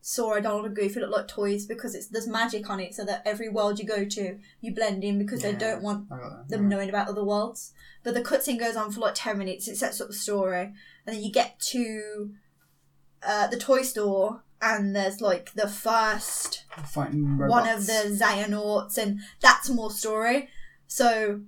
B: Sora, Donald, and Goofy look like toys because it's there's magic on it, so that every world you go to, you blend in because
A: Yeah.
B: they don't want
A: I got that.
B: them knowing about other worlds. But the cutscene goes on for like ten minutes. It sets up the story, and then you get to uh, the toy store, and there's like the first.
A: Fighting robots.
B: one of the Xionauts, and that's more story. So,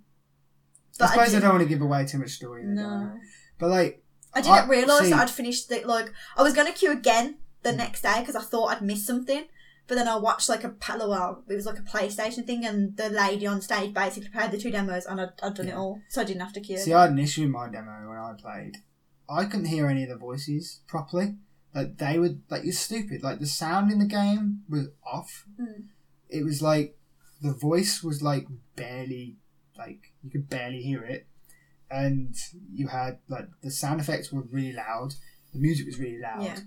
A: I suppose I,
B: didn't-
A: don't want to give away too much story. there, don't I?
B: no,
A: But like,
B: I didn't
A: I-
B: realize
A: see-
B: that I'd finished it. Like, I was gonna queue again the
A: Mm.
B: next day because I thought I'd missed something. But then I watched like a pa- well, it was like a PlayStation thing, and the lady on stage basically played the two demos, and I'd, I'd done it
A: Yeah.
B: all, so I didn't have to queue.
A: See, I had an issue in my demo when I played. I couldn't hear any of the voices properly. Like they would, like you're stupid. Like the sound in the game was off.
B: Mm.
A: It was like the voice was like barely, like you could barely hear it, and you had like the sound effects were really loud. The music was really loud.
B: Yeah.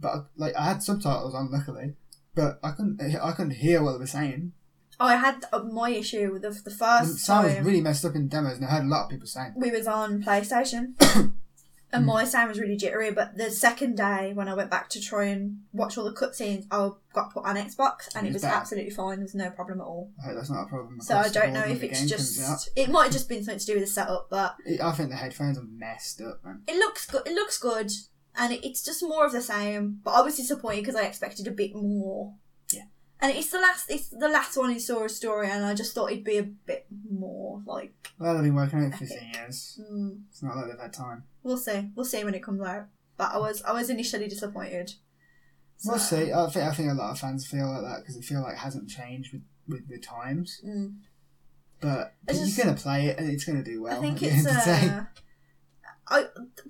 A: But like I had subtitles on, luckily, but I couldn't, I couldn't hear what they were saying.
B: Oh, I had uh, my issue with the,
A: The
B: the first
A: sound was
B: time
A: Mm, really messed up in demos, and I heard a lot of people saying.
B: we was on PlayStation, and my sound was really jittery. But the second day, when I went back to try and watch all the cutscenes, I got put on Xbox, and it
A: It's
B: was
A: bad.
B: absolutely fine. There was no problem at all.
A: I hope "Oh, that's not a problem.
B: So I
A: across the
B: don't
A: board
B: know
A: when
B: if
A: the
B: it's
A: game comes out.
B: just it might have just been something to do with the setup, but
A: It- I think the headphones are messed up, man.
B: it looks good. It looks good, and it, it's just more of the same. But I was disappointed because I expected a bit more.
A: Yeah.
B: And it's the last, it's the last one in Sora's story, and I just thought it'd be a bit more like.
A: Well, they've been working on it for 15 years.
B: hmm.
A: It's not like they've had time.
B: We'll see. We'll see when it comes out. But I was I was initially disappointed.
A: We'll
B: So-
A: see. I think, I think a lot of fans feel like that because it feel like it hasn't changed with, with the times.
B: Mm.
A: But
B: It's just-
A: you're going to play it and it's going to do well.
B: I think
A: at the end
B: it's
A: of the day.
B: uh, I,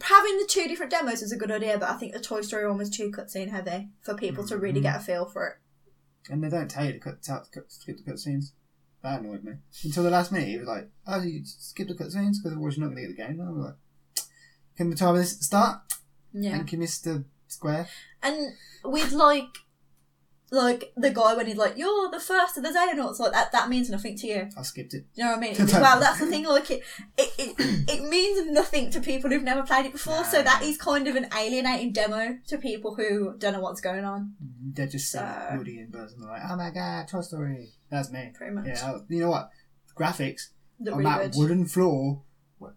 B: having the two different demos was a good idea, but I think the Toy Story one was too cutscene heavy for people to really
A: Mhm.
B: get a feel for it.
A: And they don't tell you to cut, to, cut, skip the cutscenes. That annoyed me. Until the last minute, it was like, oh, you skip the cutscenes because otherwise you're not going to get the game. And I was like, can the time of this start?
B: Yeah,
A: Thank you, Mr. Square.
B: and with like like the guy when he's like, "You're the first of the Xenonauts," like that that means nothing to you.
A: I skipped it.
B: You know what I mean? It's- well, that's the thing. Like it, it, it, it means nothing to people who've never played it before. So
A: No.
B: that is kind of an alienating demo to people who don't know what's going on.
A: They're just so
B: So-
A: Woody and Buzz and they're like, oh my god, Toy Story. That's me.
B: Pretty much.
A: Yeah, you know what? Graphics
B: They're
A: on
B: really
A: that
B: good.
A: wooden floor were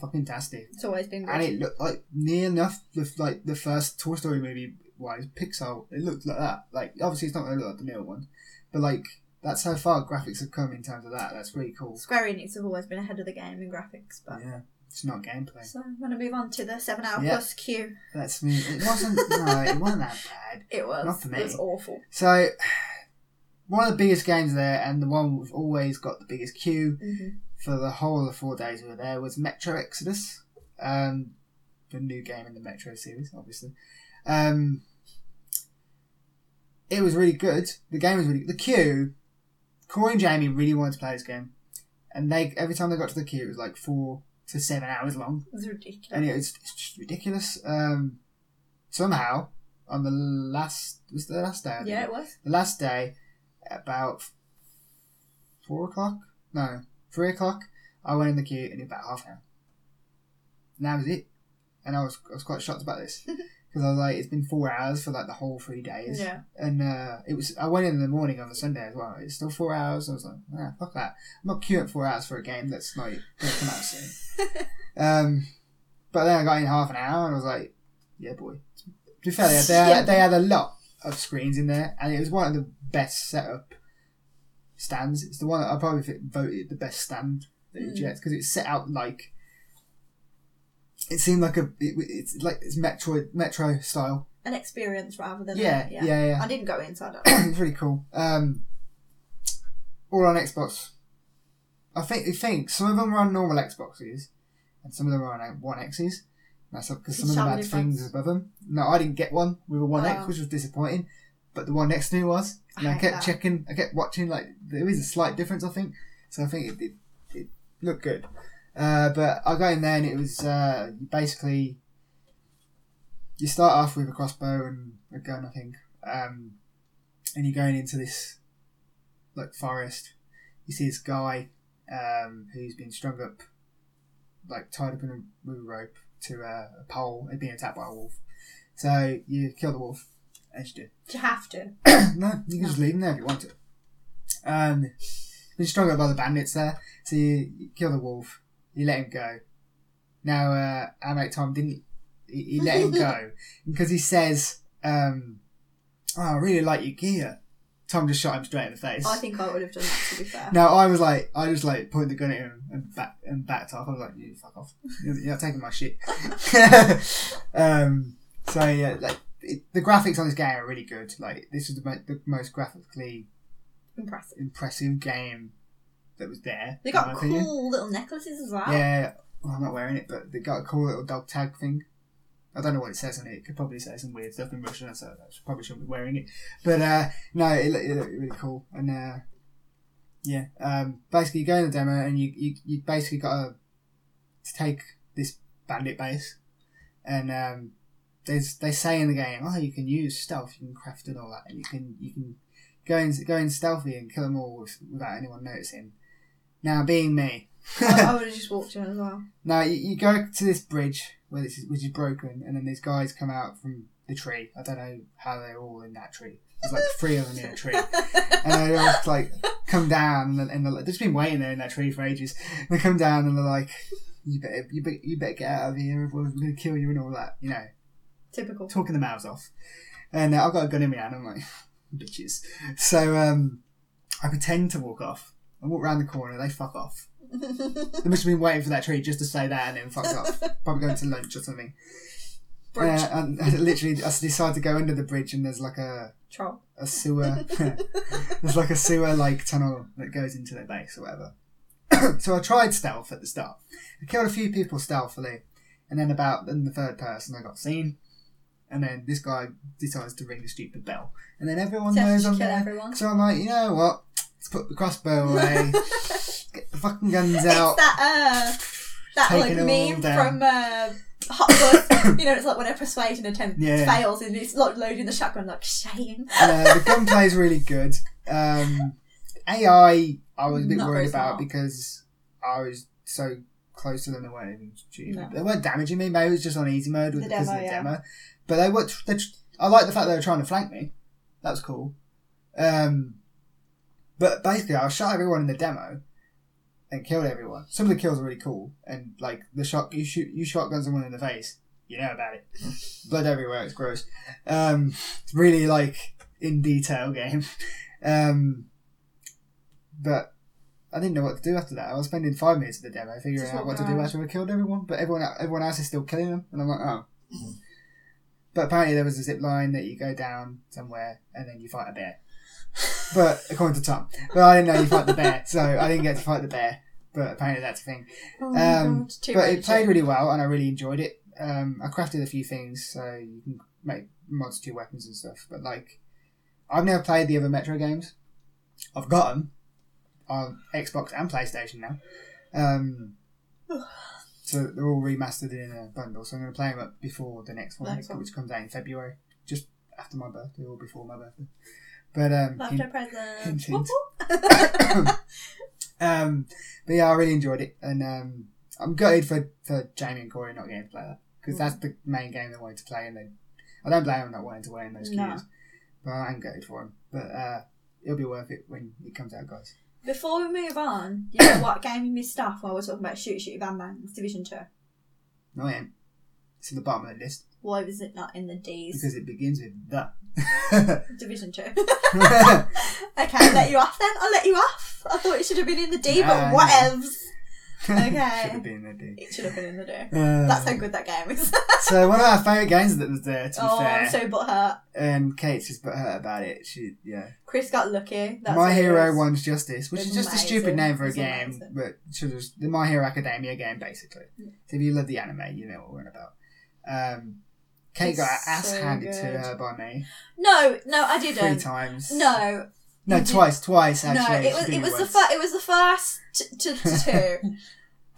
A: fucking tastic.
B: It's always been
A: And
B: good.
A: it looked like near enough the like the first Toy Story movie wise Pixar. It looked like that. Like obviously it's not going to look like the newer one, but like that's how far graphics have come in terms of that. That's really cool.
B: Square Enix have always been ahead of the game in graphics, but.
A: Yeah, it's not gameplay.
B: So I'm gonna move on to the seven hour
A: Yeah.
B: plus queue.
A: That's me. It wasn't. no, it wasn't that bad.
B: It was
A: Not for me.
B: it was awful.
A: So one of the biggest games there, and the one we've always got the biggest queue
B: Mm-hmm.
A: for the whole of the four days we were there was Metro Exodus, um, the new game in the Metro series, obviously. Um, it was really good. The game was really the queue. Corey and Jamie really wanted to play this game, and they every time they got to the queue, it was like four to seven hours long
B: It was ridiculous.
A: and it was it's just ridiculous. Um, somehow, on the last was it the last day, I think?
B: yeah, it was.
A: the last day, about four o'clock, no, three o'clock, I went in the queue and did about half an hour. And that was it, and I was I was quite shocked about this because I was like, it's been four hours for like the whole three days,
B: Yeah.
A: and uh, it was I went in the morning on the Sunday as well. It's still four hours. I was like, ah, fuck that. I'm not queuing up four hours for a game that's not going to come out soon. um, but then I got in half an hour and I was like, yeah, boy. To be fair, they had, they,
B: Yeah.
A: had, they had a lot of screens in there, and it was one of the best setup stands. It's the one that I probably fit- voted the best stand that you
B: Mm.
A: get because it's set out like. It seemed like a it, it's like it's Metroid Metro style.
B: An experience rather than a-
A: Yeah, yeah, yeah. yeah.
B: I didn't go inside. So I don't know.
A: it's really cool. Um, all on Xbox. I think I think some of them were on normal Xboxes, and some of them were on like, One X's. That's because some of them
B: Shall we
A: had
B: do
A: things
B: friends?
A: above them. No, I didn't get one with a One X,
B: Oh.
A: which was disappointing. But the one next to me was, and
B: I
A: I,
B: hate
A: kept
B: that.
A: checking. I kept watching. Like there is a slight difference, I think. So I think it, it, it looked good. Uh, but I got in there, and it was uh, basically you start off with a crossbow and a gun, I think, um, and you're going into this like forest. You see this guy um, who's been strung up, like tied up in a, with a rope to a, a pole and being attacked by a wolf. So you kill the wolf, as you do.
B: you have to.
A: no, you can just leave him there if you want to. Um, been strung up by the bandits there, so you, you kill the wolf, you let him go. Now, uh, our mate Tom didn't. He, he let him go because he says, um, "Oh, I really like your gear." Tom just shot him straight in the face.
B: I think I would have done that to be fair.
A: No, I was like, I just like pointed the gun at him and back and backed off. I was like, you fuck off, you're, you're not taking my shit. um, so yeah, like it, the graphics on this game are really good. Like this is the, mo- the most graphically
B: Impressive.
A: impressive game that was there.
B: They
A: in
B: got
A: my
B: cool
A: opinion.
B: little necklaces as well.
A: Yeah, well, I'm not wearing it, but they got a cool little dog tag thing. I don't know what it says on it. It could probably say some weird stuff in Russian, so I should- probably shouldn't be wearing it. But uh, no, it, loo- it looked really cool. And uh, yeah, um, basically, you go in the demo and you, you, you basically got to take this bandit base. And um, there's, they say in the game, oh, you can use stealth, you can craft and all that, and you can you can go in, go in stealthy and kill them all with, without anyone noticing. Now, being me.
B: I, I would have just walked in as well.
A: Now you, you go to this bridge where this is, which is broken, and then these guys come out from the tree. I don't know how they're all in that tree. There's like three of them in a tree, and they all just like come down, and, and they're like, they've just been waiting there in that tree for ages. And they come down, and they're like, "You better, you better, you better get out of here, otherwise we're gonna kill you and all that." You know,
B: Typical.
A: talking the mouths off. And uh, I've got a gun in my hand. I'm like, bitches. So um, I pretend to walk off. I walk round the corner. They fuck off. They must have been waiting for that tree just to say that and then fucked off. Probably going to lunch or something. Uh,
B: Brunch
A: and I literally, I decided to go under the bridge and there's like a,
B: troll.
A: a sewer. there's like a sewer like tunnel that goes into their base or whatever. so I tried stealth at the start. I killed a few people stealthily, and then about then the third person I got seen, and then this guy decides to ring a stupid bell, and then everyone
B: So
A: knows
B: you
A: I'm
B: kill
A: there.
B: everyone.
A: So I'm like, you know what? Let's put the crossbow away. Get the fucking guns out.
B: It's that uh, that like
A: Taking them all
B: meme
A: down.
B: from uh, Hot Fuzz. you know, it's like when a persuasion attempt
A: Yeah.
B: fails and it's like loading the shotgun like shame.
A: uh, the gunplay is really good. Um, AI, I was a bit
B: Not very
A: worried about
B: smart.
A: because I was so close to them they weren't even shooting.
B: No.
A: They weren't damaging me. Maybe it was just on easy mode with
B: The
A: because of
B: demo,
A: the
B: yeah.
A: demo. But they were. tr- They, tr- I like the fact they were trying to flank me. That was cool. Um, but basically, I shot everyone in the demo, and killed everyone. Some of the kills are really cool, and like the shot you shoot you shotgun someone in the face, you know about it. Blood everywhere, it's gross. Um, it's really like in detail game. Um, but I didn't know what to do after that. I was spending five minutes of the demo figuring
B: Just
A: out what
B: walk
A: to do
B: around.
A: after I killed everyone, but everyone everyone else is still killing them, and I'm like, oh. But apparently there was a zip line that you go down somewhere and then you fight a bear. But according to Tom, but I didn't know you fight the bear, so I didn't get to fight the bear. But apparently that's a thing
B: Oh my
A: Um,
B: God, too
A: but
B: raging.
A: it played really well, and I really enjoyed it. Um, I crafted a few things, so you can make mods to your weapons and stuff. But like, I've never played the other Metro games. I've got them on Xbox and PlayStation now. Um, so they're all remastered in a bundle. So I'm going to play them up before the next one,
B: Next one.
A: which comes out in February, just after my birthday or before my birthday. But um,
B: Left a present.
A: hint, hint.
B: Whoop, whoop.
A: Um, but yeah, I really enjoyed it, and um, I'm gutted for, for Jamie and Corey not getting to play that because that's the main game they wanted to play, and they I don't blame them not wanting to win those
B: No.
A: queues, but I'm gutted for them. But uh, it'll be worth it when it comes out, guys.
B: Before we move on, you know what game you missed off while we're talking about Shoot Shoot Bang Bangs Division 2?
A: No, I am. It's in the bottom of the list
B: Why was it not in the D's?
A: because it begins with the.
B: Division 2. Okay, I let you off then. I'll let you off. I thought it should have been in the D,
A: Nah.
B: but whatevs.
A: Should
B: Okay.
A: have been there, dude.
B: It should have been in the D.
A: Uh,
B: That's how good that game is.
A: so one of our favourite games that was there, to be
B: oh,
A: fair,
B: I'm so butthurt.
A: and Kate's just butthurt about it. She, yeah,
B: Chris got lucky.
A: My
B: That's what it
A: Hero
B: was.
A: Wants Justice, which is just a stupid
B: Amazing.
A: name for a
B: It's
A: game,
B: amazing.
A: but should just the My Hero Academia game basically.
B: Yeah.
A: So if you love the anime, you know what we're on about. Um, Kate
B: It's
A: got her ass
B: so
A: handed to
B: good.
A: her by me
B: No, no, I
A: three
B: didn't.
A: times.
B: No,
A: no,
B: you did-
A: twice, twice
B: no.
A: actually.
B: It was
A: She
B: it
A: did
B: was the
A: once.
B: fir- it was the first t- to, to two,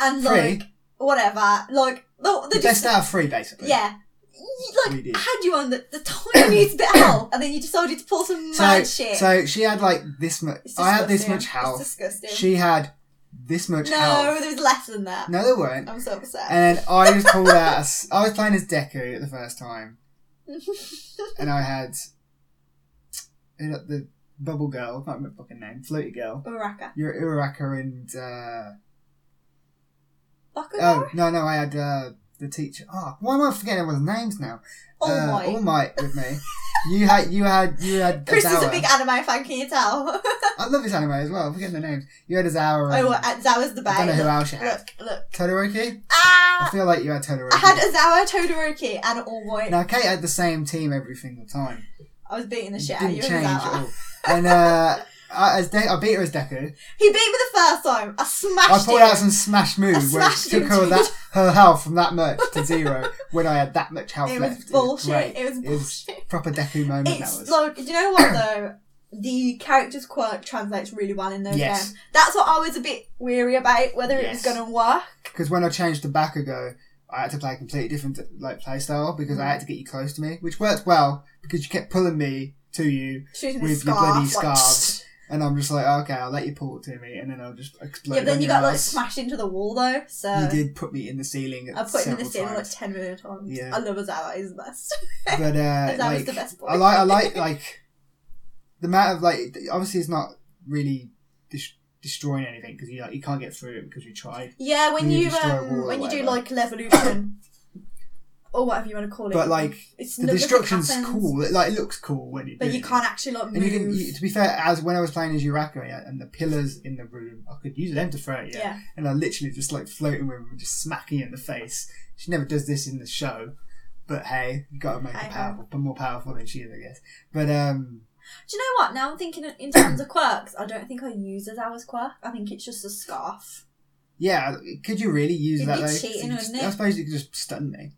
B: and
A: Three.
B: like whatever, like no, they
A: the
B: just
A: best out of three basically.
B: yeah. You,
A: We did.
B: Like had you on the, the tiniest bit of hell, and then you decided to pull some
A: So,
B: mad shit.
A: so she had like this much.
B: It's
A: I had this
B: disgusting.
A: much
B: It's
A: health.
B: disgusting.
A: She had this much
B: no, Oh,
A: health.
B: there was less than that.
A: No, there weren't.
B: I'm so upset.
A: And I was pulled out. a s- I was playing as Deku the first time, and I had you know, the Bubble Girl. I can't remember her fucking name. Floaty Girl.
B: Uraka.
A: Your Uraka and uh,
B: Bakugo?
A: oh no no I had uh, the teacher. Oh, why am I forgetting everyone's names now?
B: All
A: uh,
B: Might.
A: All Might with me. You had you had you had
B: Chris is a
A: Azawa.
B: big anime fan, can you tell?
A: I love this anime as well. I'm forgetting the names. You had Azawa. And,
B: oh, and Zawa's the
A: I don't know who
B: bait.
A: else you had.
B: Look, look.
A: Todoroki. I
B: Ah!
A: feel like you had Todoroki.
B: I had Azawa, Todoroki, and All Might.
A: now Kate had the same team every single time.
B: I was beating the
A: It
B: shit out of
A: didn't
B: you,
A: change at
B: Azawa.
A: all. And uh, I, as De- I beat her as Deku.
B: He beat me the first time. I smashed
A: I pulled
B: him.
A: out some smash moves
B: I
A: where it
B: smashed
A: took
B: him
A: her
B: too.
A: that her health from that much to zero when I had that much health
B: It was
A: left.
B: bullshit.
A: great.
B: It was
A: It was
B: bullshit.
A: proper Deku moment. that
B: It's
A: was.
B: like, do you know what though? The character's quirk translates really well in those
A: Yes.
B: games. That's what I was a bit weary about, whether it
A: Yes.
B: was going to work.
A: because when I changed to Bakugo, I had to play a completely different like playstyle because I had to get you close to me, which worked well because you kept pulling me to you,
B: Shooting
A: With
B: the
A: your
B: scarf.
A: bloody
B: like,
A: scarves. and I'm just like, okay, I'll let you pull it to me, and then I'll just explode.
B: Yeah, but then
A: on
B: you
A: your
B: got like
A: ass.
B: smashed into the wall though, so.
A: You did put me in the ceiling.
B: I put him in the
A: several
B: same like
A: times.
B: ten million times.
A: Yeah.
B: I love Azawa. He's the best.
A: but uh,
B: That was
A: like,
B: the best boy.
A: I like I like like the amount of like obviously it's not really dis- destroying anything because you like, you can't get through it because you tried.
B: Yeah, when
A: When you
B: you,
A: destroy a wall
B: um,
A: or
B: when you do
A: whatever.
B: like levolution or whatever you want to call it.
A: But like
B: it's
A: the
B: no- nothing
A: destruction's
B: happens,
A: cool. It, like it looks cool when it.
B: but you can't actually like
A: And
B: move.
A: you can, you, to be fair, as when I was playing as Uraka and the pillars in the room, I could use them to throw at you.
B: yeah.
A: And I literally just like floating with them and just smacking you in the face. She never does this in the show, but hey, you got to make her
B: Hey-ho.
A: powerful, but more powerful than she is, I guess. But um,
B: Do you know what? Now I'm thinking in terms of quirks. I don't think I use Azawa's quirk. I think it's just a scarf.
A: Yeah, could you really use
B: It'd
A: that
B: be
A: though?
B: cheating,
A: You just-
B: wouldn't it?
A: I suppose you could just stun me.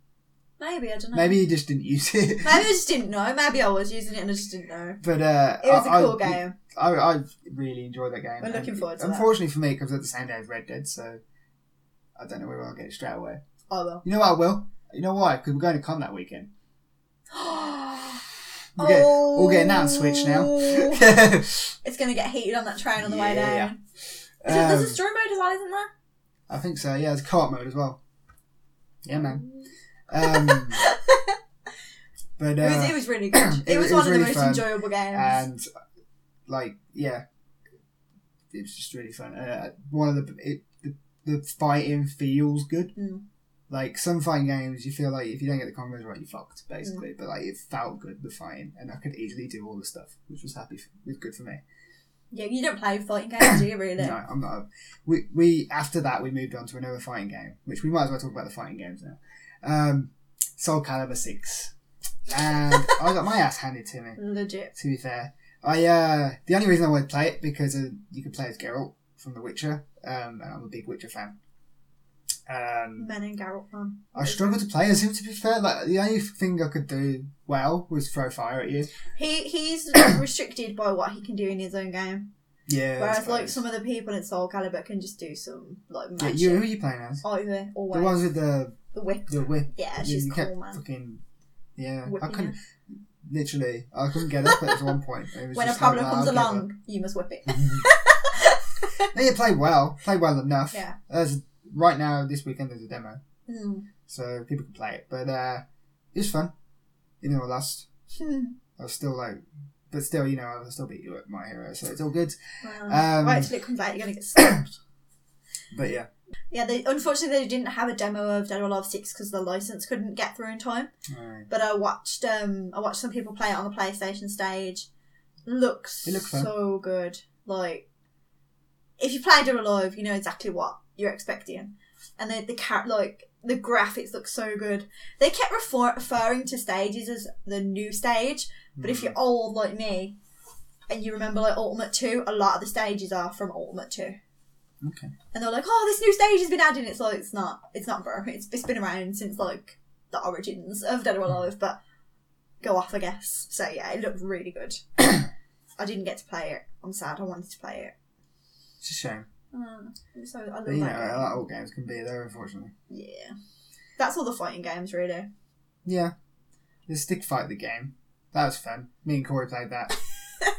B: Maybe I don't know.
A: Maybe you just didn't use it.
B: Maybe I just didn't know. Maybe I was using it and I just didn't know.
A: But uh,
B: It was a
A: I- I-
B: cool game.
A: I, I really enjoyed that game.
B: We're looking
A: And
B: forward to that.
A: Unfortunately for me, it comes out the same day as Red Dead, so I don't know whether I'll get it straight away.
B: Oh well.
A: You know what? I will. You know why? Because we're going to con that weekend. We're getting,
B: oh,
A: we're getting that on Switch now. um,
B: it's gonna get heated on that train on the way
A: Yeah. Um,
B: down. Is there- there's a story mode as well, isn't there?
A: I think so. Yeah, it's co-op mode as well. Yeah, man. Um, but uh,
B: It was, it was really good.
A: it
B: It,
A: was-
B: was
A: it
B: one
A: was
B: of
A: really
B: the most
A: fun.
B: enjoyable games.
A: and like yeah it was just really fun. Uh, one of the, it, the the fighting feels good.
B: Mm.
A: Like some fighting games, you feel like if you don't get the combos right, you fucked basically. But like it felt good the fighting, and I could easily do all the stuff, which was happy, f- was good for me.
B: Yeah, you don't play fighting games, do you? Really?
A: No, I'm not. A, we we after that we moved on to another fighting game, which we might as well talk about the fighting games now. Um, Soul Calibur Six, and I got my ass handed to me.
B: Legit.
A: To be fair, I uh, the only reason I would play it because uh, you could play as Geralt from The Witcher, um, and I'm a big Witcher fan. Um,
B: Men and Geralt man.
A: I struggled to play as him. To be fair, like the only thing I could do well was throw fire at you.
B: He he's restricted by what he can do in his own game.
A: Yeah. I
B: Whereas like
A: suppose.
B: some of the people in Soul Calibur can just do some like
A: yeah,
B: magic.
A: you who are you playing as?
B: Either always
A: The ones with the
B: the whip.
A: the whip.
B: Yeah,
A: You-
B: she's
A: you
B: cool,
A: kept
B: man.
A: Fucking, yeah, I
B: Whipping
A: couldn't. Literally, I couldn't get up at one point. It was
B: When a
A: just
B: problem
A: like,
B: comes
A: "I'll give up."
B: along, you must whip it.
A: No, you play well, play well enough.
B: Yeah.
A: There's, right now, this weekend there's a demo,
B: Mm.
A: so people can play it. But uh, it's fun. Even though I lost,
B: Hmm.
A: I was still like, but still, you know, I will still beat you at my hero, so it's all good.
B: Wow.
A: Um,
B: Wait till it comes out, you're gonna get slapped.
A: But yeah,
B: yeah, they, unfortunately they didn't have a demo of Dead or Alive Six because the license couldn't get through in time.
A: Alright.
B: But I watched um I watched some people play it on the PlayStation stage. Looks
A: It looks fun.
B: so good. Like if you play Dead or Alive, you know exactly what you're expecting, and the the car- like the graphics look so good. They kept refer- referring to stages as the new stage, but if
A: Mm, Hmm.
B: you're old like me. And you remember like Ultimate Two, a lot of the stages are from Ultimate Two,
A: okay,
B: and they're like, "Oh, this new stage has been added." It's like it's not, it's not, bro. It's, it's been around since like the origins of Dead or
A: Hmm.
B: Alive, but go off, I guess. So yeah, it looked really good. I didn't get to play it. I'm sad. I wanted to play it.
A: it's a shame.
B: Mm, so I love
A: But you know,
B: that. game.
A: like all games can be though, unfortunately.
B: Yeah, that's all the fighting games really.
A: Yeah, the stick fight the game that was fun. Me and Corey played that.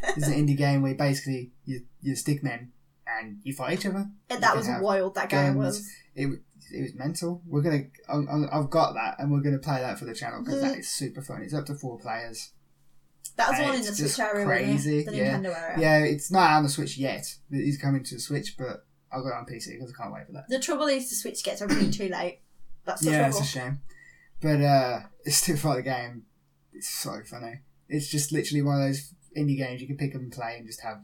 A: it's an indie game where basically you you stick men and you fight each other. You
B: And that
A: can
B: was
A: have
B: wild. That game was.
A: It w- it was mental. We're gonna I'm, I'm- I've got that and we're gonna play that for the channel because that is super fun. It's up to four players.
B: That was
A: and
B: the one in
A: it's
B: the
A: just
B: Switch era, wasn't
A: crazy,
B: it? The
A: yeah.
B: Nintendo era.
A: Yeah, it's not out on the Switch yet. It's coming to the Switch, but I'll go on PC because I can't wait for that.
B: The trouble is the Switch gets everything too late. That's the
A: yeah,
B: trouble.
A: it's a shame. But uh, it's still part of the game. It's so funny. It's just literally one of those indie games you can pick up and play and just have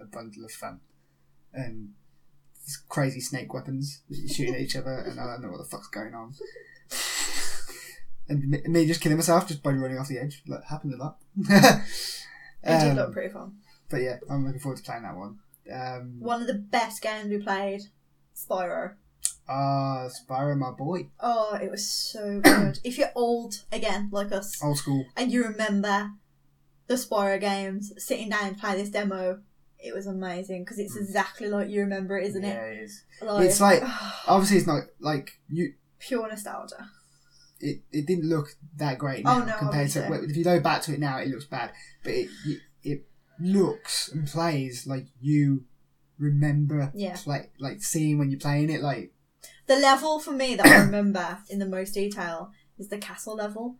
A: a bundle of fun. And these crazy snake weapons that you're shooting at each other, and I don't know what the fuck's going on. and me- me just killing myself just by running off the edge. That happened a lot.
B: it did
A: Um,
B: look pretty fun.
A: but yeah, I'm looking forward to playing that one. Um,
B: One of the best games we played, Spyro.
A: Ah, Spyro, my boy.
B: Oh, it was so good. if you're old again, like us,
A: Old school.
B: and you remember the Spyro games, sitting down to play this demo, it was amazing because it's
A: Mm.
B: exactly like you remember it, isn't
A: yeah,
B: it?
A: it is.
B: Like,
A: It's like- obviously it's not like you
B: pure nostalgia.
A: it, it didn't look that great
B: Oh,
A: now
B: no,
A: compared to
B: obviously.
A: if you go back to it now it looks bad but it it- it looks and plays like you remember
B: Yeah.
A: play, like seeing when you're playing it like
B: The level for me that I remember in the most detail is the castle level,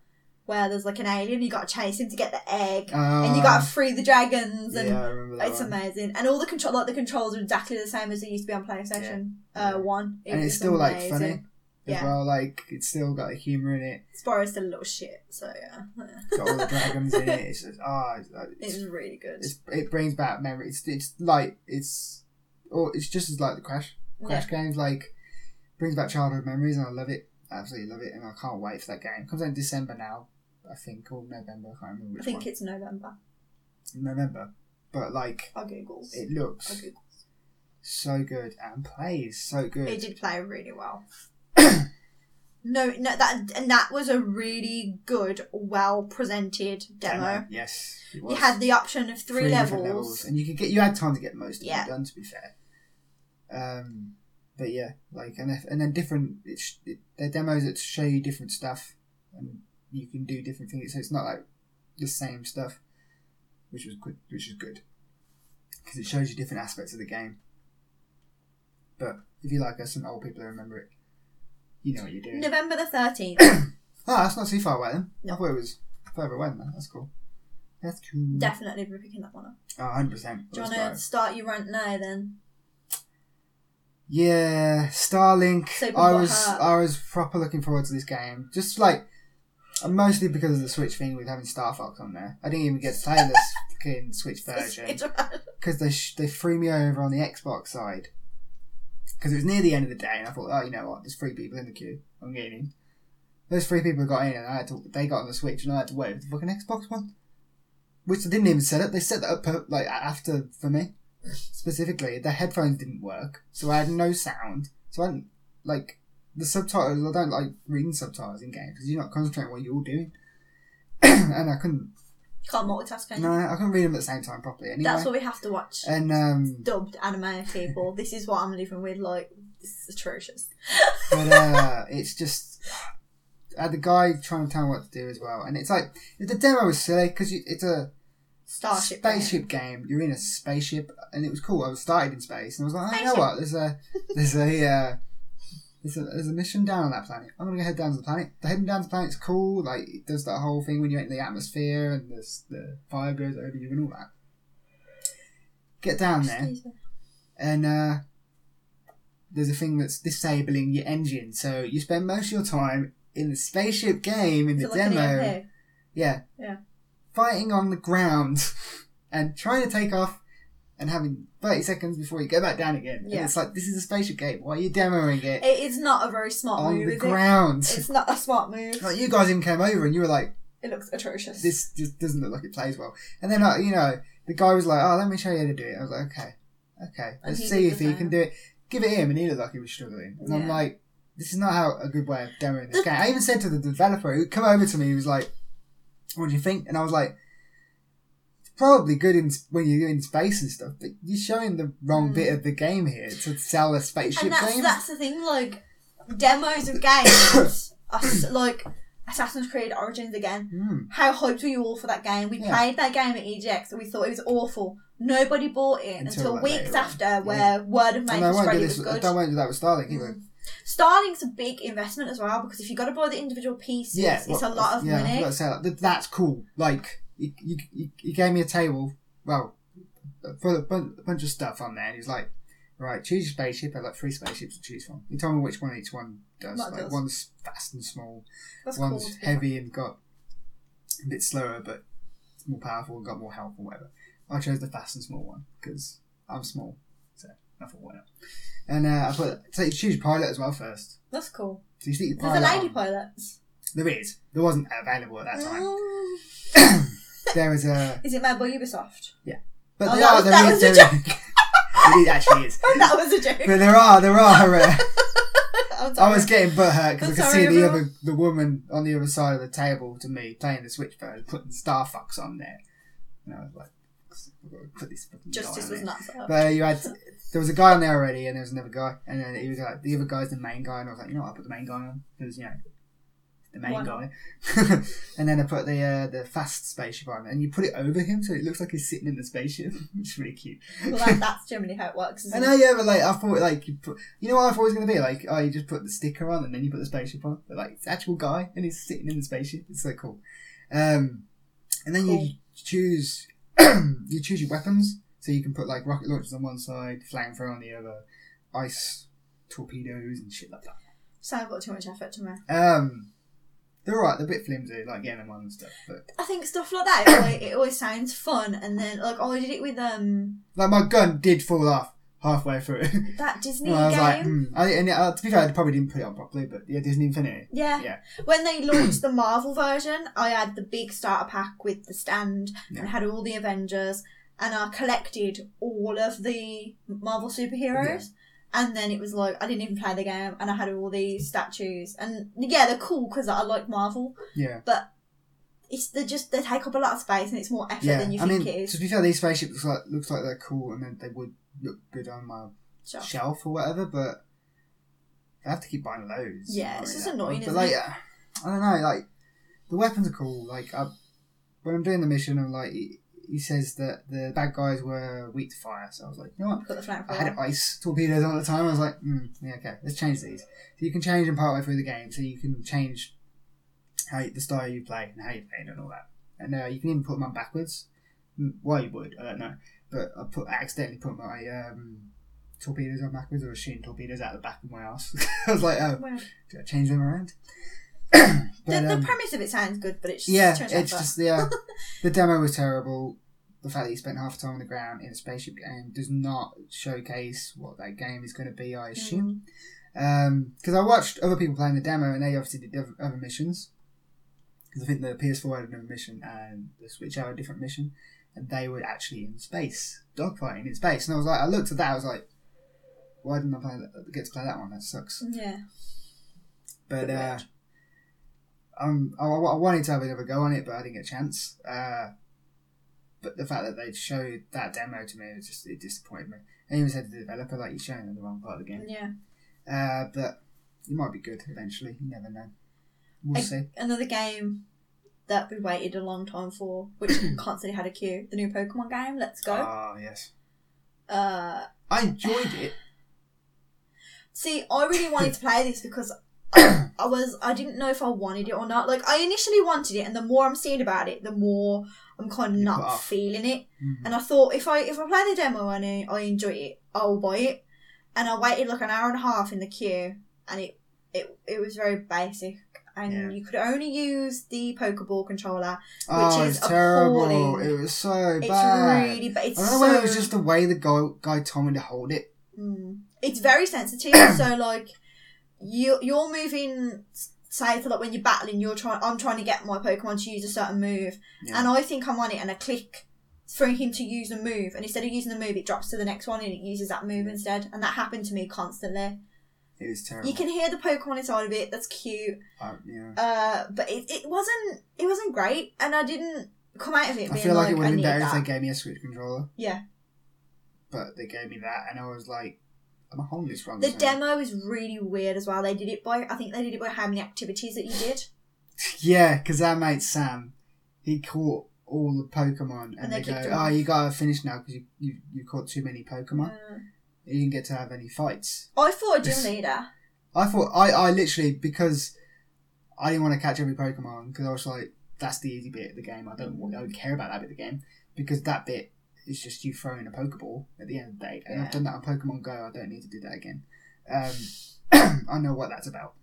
B: where there's like an alien you got to chase him to get the egg,
A: uh,
B: and you got to free the dragons, and
A: yeah I remember that
B: it's
A: one.
B: amazing. And all the control, like the controls, are exactly the same as they used to be on PlayStation
A: Yeah.
B: Uh, One. It
A: and
B: was
A: it's still like
B: amazing.
A: funny as
B: Yeah.
A: well like it's still got the humor in it
B: Spyro's still a little shit, so yeah.
A: got all the dragons in it it's just ah it's,
B: It's
A: it's,
B: really good.
A: it's, it brings back memory it's, it's like it's or it's just as like the crash
B: yeah.
A: Crash games like brings back childhood memories, and I love it. Absolutely love it, and I can't wait for that game. Comes out in December now, I think, or November. I can't remember which
B: I think
A: one.
B: it's November.
A: November, but like
B: I'll Google.
A: it
B: I'll
A: looks
B: Google.
A: so good and plays so good.
B: It did play really well. no, no, that and that was a really good, well presented demo.
A: yes. it
B: You
A: was.
B: had the option of three,
A: different
B: levels.
A: and you could get you had time to get most of
B: Yeah.
A: it done. To be fair, um, but yeah, like and if, and then different. It's it, they're demos that show you different stuff, and you can do different things. So it's not like the same stuff, which was good. Which is good because it shows you different aspects of the game. But if you like us, some old people who remember it. You know what you're doing.
B: November the thirteenth.
A: Oh, that's not too far away then.
B: No.
A: I thought it was further away than that. That's cool. That's cool.
B: Definitely be picking that one up.
A: Oh, 100%.
B: Do you want to start your rant now then?
A: Yeah, Starlink.
B: So people
A: I
B: got
A: was
B: hurt.
A: I was proper looking forward to this game. Just like uh, mostly because of the Switch thing with having Star Fox on there. I didn't even get to play this fucking Switch version because they sh- they threw me over on the Xbox side because it was near the end of the day, and I thought, oh, you know what? There's three people in the queue. I'm getting in. Those three people got in, and I had to. They got on the Switch, and I had to wait for the fucking Xbox one, which they didn't even set up. They set that up per, like a- after for me specifically. The headphones didn't work, so I had no sound. So I didn't like the subtitles. I don't like reading subtitles in games because you're not concentrating on what you're doing, and I couldn't.
B: Can't multitask. can you?
A: No, I couldn't read them at the same time properly. Anyway,
B: That's what we have to watch.
A: and um,
B: Dubbed anime people. This is what I'm living with. Like this is atrocious.
A: but uh, it's just uh, the guy trying to tell me what to do as well, and it's like the demo was silly because it's a
B: Starship.
A: spaceship game. You're in a spaceship, and it was cool. I was started in space, and I was like, oh, you know
B: Spaceship.
A: what? There's a there's a uh, there's a there's a mission down on that planet. I'm gonna go head down to the planet. The heading down to the planet's cool. Like it does that whole thing when you enter the atmosphere and the the fire goes over you and all that. Get down
B: game.
A: there
B: Excuse me.
A: and uh, there's a thing that's disabling your engine. So you spend most of your time in the spaceship game in
B: Is
A: the
B: it like an
A: demo,
B: EMP?
A: yeah,
B: Yeah.
A: fighting on the ground and trying to take off and having 30 seconds before you go back down again. And
B: Yeah.
A: it's like this is a spaceship game. Why are you demoing it,
B: It is not a very smart
A: on
B: move.
A: the
B: is
A: ground?
B: it? It's not a smart move.
A: Like you guys even came over and you were like,
B: It looks atrocious.
A: this just doesn't look like it plays well. And then, uh, you know, the guy was like, oh, let me show you how to do it. I was like, okay, okay,
B: And
A: let's
B: he
A: see
B: did
A: if
B: the
A: he
B: same.
A: can do it. Give it him, and he looked like he was struggling. And I'm
B: Yeah.
A: like, this is not how a good way of demoing this
B: The-
A: game. I even said to the developer who come over to me, he was like, what do you think? And I was like, it's probably good in when you're in space and stuff, but you're showing the wrong
B: Mm.
A: bit of the game here to sell a spaceship
B: and that's
A: game.
B: that's the thing. Like demos of games. are s- like Assassin's Creed Origins again.
A: Hmm.
B: how hyped were you all for that game? We
A: Yeah.
B: played that game at EGX and we thought it was awful. Nobody bought it
A: Until,
B: until,
A: like,
B: weeks
A: later on.
B: after, where word of mouth
A: And I
B: was
A: won't
B: spread
A: do
B: it
A: this.
B: was
A: I
B: good.
A: don't want to do that with Starlink either.
B: Mm. Starlink's a big investment as well because if you got to buy the individual pieces,
A: yeah,
B: it's
A: well,
B: a lot of
A: yeah, I
B: money.
A: forgot to say that. Th- That's cool. Like you, you, you- you gave me a table, well, full of a bun- bunch of stuff on there, and he's like, "Right, choose your spaceship." I had like three spaceships to choose from. He told me which one each one does.
B: What
A: like
B: does?
A: one's fast and small,
B: That's
A: one's
B: cool.
A: heavy and got a bit slower, but it's more powerful and got more health or whatever. I chose the fast and small one because I'm small, so I thought why not. And uh, I put so you choose your pilot as well first.
B: That's cool.
A: So you stick your pilot.
B: There's a lady
A: on-
B: pilot.
A: There is. There wasn't available at that time
B: Mm.
A: there is a.
B: Is it made by Ubisoft?
A: But
B: Mm. Oh,
A: there are.
B: that was-
A: There
B: that
A: is.
B: was a
A: There is. it actually is.
B: that was a joke.
A: But there are. There are. Uh,
B: I'm
A: I
B: sorry.
A: was getting butthurt because I
B: I'm
A: could
B: sorry,
A: see the
B: everyone.
A: other, the woman on the other side of the table to me playing the Switch version, putting Star Fox on there, and I was like, "I've got to put this fucking guy
B: Justice
A: on
B: was
A: there."
B: not served.
A: But you had. There was a guy on there already, and there was another guy, and then he was like, the other guy's the main guy, and I was like, you know what, I'll put the main guy on because you know. The main
B: Why
A: guy, and then I put the uh, the fast spaceship on, and you put it over him, so it looks like he's sitting in the spaceship, which is really cute.
B: Well, that, that's generally how it works.
A: I
B: Isn't
A: know,
B: it?
A: yeah, but like I thought, like you put, you know what I thought it was gonna be like, oh, you just put the sticker on and then you put the spaceship on, but like it's the actual guy and he's sitting in the spaceship. It's so cool. Um, and then you
B: Cool.
A: choose, you choose your weapons, so you can put like rocket launchers on one side, flamethrower on the other, ice torpedoes and shit like that.
B: Sounds got too much effort to me.
A: Um, they're alright. They're a bit flimsy, like getting them on and stuff, but
B: I think stuff like that, it always, it always sounds fun, and then like oh, I did it with um
A: like my gun did fall off halfway through.
B: that Disney
A: And I was
B: game.
A: like, hmm. I, and uh, to be fair, I probably didn't put it on properly, but yeah, Disney Infinity.
B: Yeah.
A: Yeah.
B: When they launched the Marvel version, I had the big starter pack with the stand
A: Yeah.
B: and had all the Avengers, and I collected all of the Marvel superheroes. And then it was like I didn't even play the game, and I had all these statues, and yeah, they're cool because I like Marvel.
A: Yeah.
B: It's they just they take up a lot of space, and it's more effort
A: Yeah,
B: than you
A: I
B: think
A: mean,
B: it
A: to
B: is.
A: be fair, these spaceships looks like looks like they're cool and then they would look good on my
B: Sure.
A: shelf or whatever, but I have to keep buying loads.
B: Yeah, it's
A: Sorry,
B: just
A: that
B: annoying,
A: one. But
B: isn't
A: like,
B: it?
A: uh, I don't know, like the weapons are cool. Like I, when I'm doing the mission, I'm like, he, he says that the bad guys were weak to fire, so I was like, you know what?
B: Put the flag
A: I had ice torpedoes on at the time. I was like, mm, yeah, okay, let's change these. So you can change them partway through the game, so you can change how you, the style you play and how you play it and all that. and uh, you can even put them on backwards. M- Why you would, I don't know. But I put I accidentally put my um, torpedoes on backwards. I was shooting torpedoes out the back of my ass. I was like, oh,
B: Well,
A: did I change them around?
B: the,
A: But,
B: the
A: um,
B: premise of it sounds good, but it's just
A: yeah,
B: turns out
A: it's
B: that-
A: just the uh, the demo was terrible. The fact that you spent half the time on the ground in a spaceship game does not showcase what that game is going to be.
B: Mm.
A: I assume because I watched other people playing the demo and they obviously did other- other missions. Because I think the PS4 had another mission and the Switch had a different mission, and they were actually in space, dogfighting in space. And I was like, I looked at that, I was like, why didn't I play that, get to play that one? That sucks.
B: yeah.
A: But
B: Good
A: uh,
B: word.
A: um, I, I wanted to have another go on it, but I didn't get a chance. Uh, but the fact that they showed that demo to me, it was just it disappointed me. I even said to the developer, like, you're showing them the wrong part of the game.
B: Yeah.
A: Uh, but it might be good eventually. You never know. We'll
B: I-
A: see.
B: Another game that we waited a long time for, which constantly had a queue. The new Pokemon game, Let's Go.
A: Ah, yes.
B: Uh,
A: I enjoyed it.
B: See, I really wanted to play this because I, I was I didn't know if I wanted it or not. Like I initially wanted it, and the more I'm seeing about it, the more I'm kind of
A: You
B: not
A: put off.
B: feeling it.
A: Mm.
B: And I thought if I if I play the demo and I, I enjoy it, I'll buy it. And I waited like an hour and a half in the queue, and it it, it was very basic. And
A: Yeah.
B: you could only use the Pokeball controller.
A: Oh,
B: which
A: it's
B: is
A: terrible.
B: appalling.
A: It was so
B: It's
A: bad.
B: really, but it's
A: I don't know
B: so.
A: whether it was just the way the guy, guy told me to hold it.
B: Mm. It's very sensitive. so like, you you're moving. Say to like when you're battling, you're trying. I'm trying to get my Pokemon to use a certain move,
A: Yeah.
B: and I think I'm on it, and I click for him to use a move, and instead of using the move, it drops to the next one, and it uses that move instead. And that happened to me constantly.
A: It was terrible.
B: You can hear the Pokemon inside of it. That's cute.
A: I- yeah.
B: Uh, but it, it wasn't it wasn't great, and I didn't come out of it. Being
A: I feel like, it would
B: I
A: have been
B: need
A: better
B: that.
A: if they gave me a Switch controller.
B: Yeah.
A: But they gave me that, and I was like, I'm holding this wrong.
B: The
A: so-
B: demo is really weird as well. They did it by I think they did it by how many activities that you did,
A: Yeah, because our mate Sam, he caught all the Pokemon, and,
B: And
A: they,
B: they
A: go,
B: kicked him
A: "Oh,
B: off.
A: you gotta finish now because you, you you caught too many Pokemon.
B: Uh,
A: You didn't get to have any fights."
B: I thought a gym
A: Yes.
B: leader.
A: I thought I I literally because I didn't want to catch every Pokemon because I was like, that's the easy bit of the game. I don't want- I don't care about that bit of the game because that bit is just you throwing a Pokeball at the end of the day, and
B: Yeah.
A: I've done that on Pokemon Go. I don't need to do that again. Um, I know what that's about.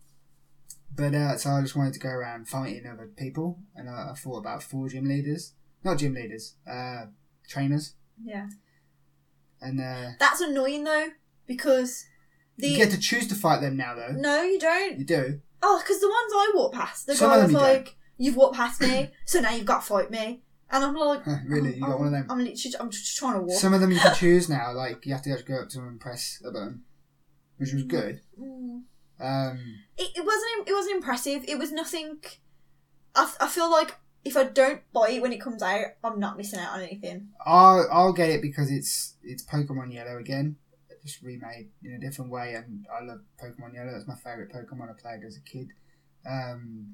A: But uh, so I just wanted to go around fighting other people, and I, I thought about four gym leaders, not gym leaders, uh, trainers,
B: Yeah,
A: and uh,
B: that's annoying though because the
A: you get to choose to fight them now though.
B: no, you don't.
A: You do.
B: Oh, because the ones I walk past, the
A: Some of
B: guy
A: them
B: was
A: you don't.
B: like, "You've walked past me, so now you've got to fight me," and I'm like,
A: really,
B: I'm-
A: you got
B: I'm-
A: one of them.
B: I'm literally, I'm just trying to walk.
A: Some of them you can choose now, like you have to just go up to them and press a button, which was good.
B: Mm.
A: Um,
B: It, it wasn't. It wasn't impressive. It was nothing. I, f- I feel like if I don't buy it when it comes out, I'm not missing out on anything.
A: I'll I'll get it because it's it's Pokemon Yellow again, just remade in a different way, and I love Pokemon Yellow. That's my favorite Pokemon I played as a kid. Um,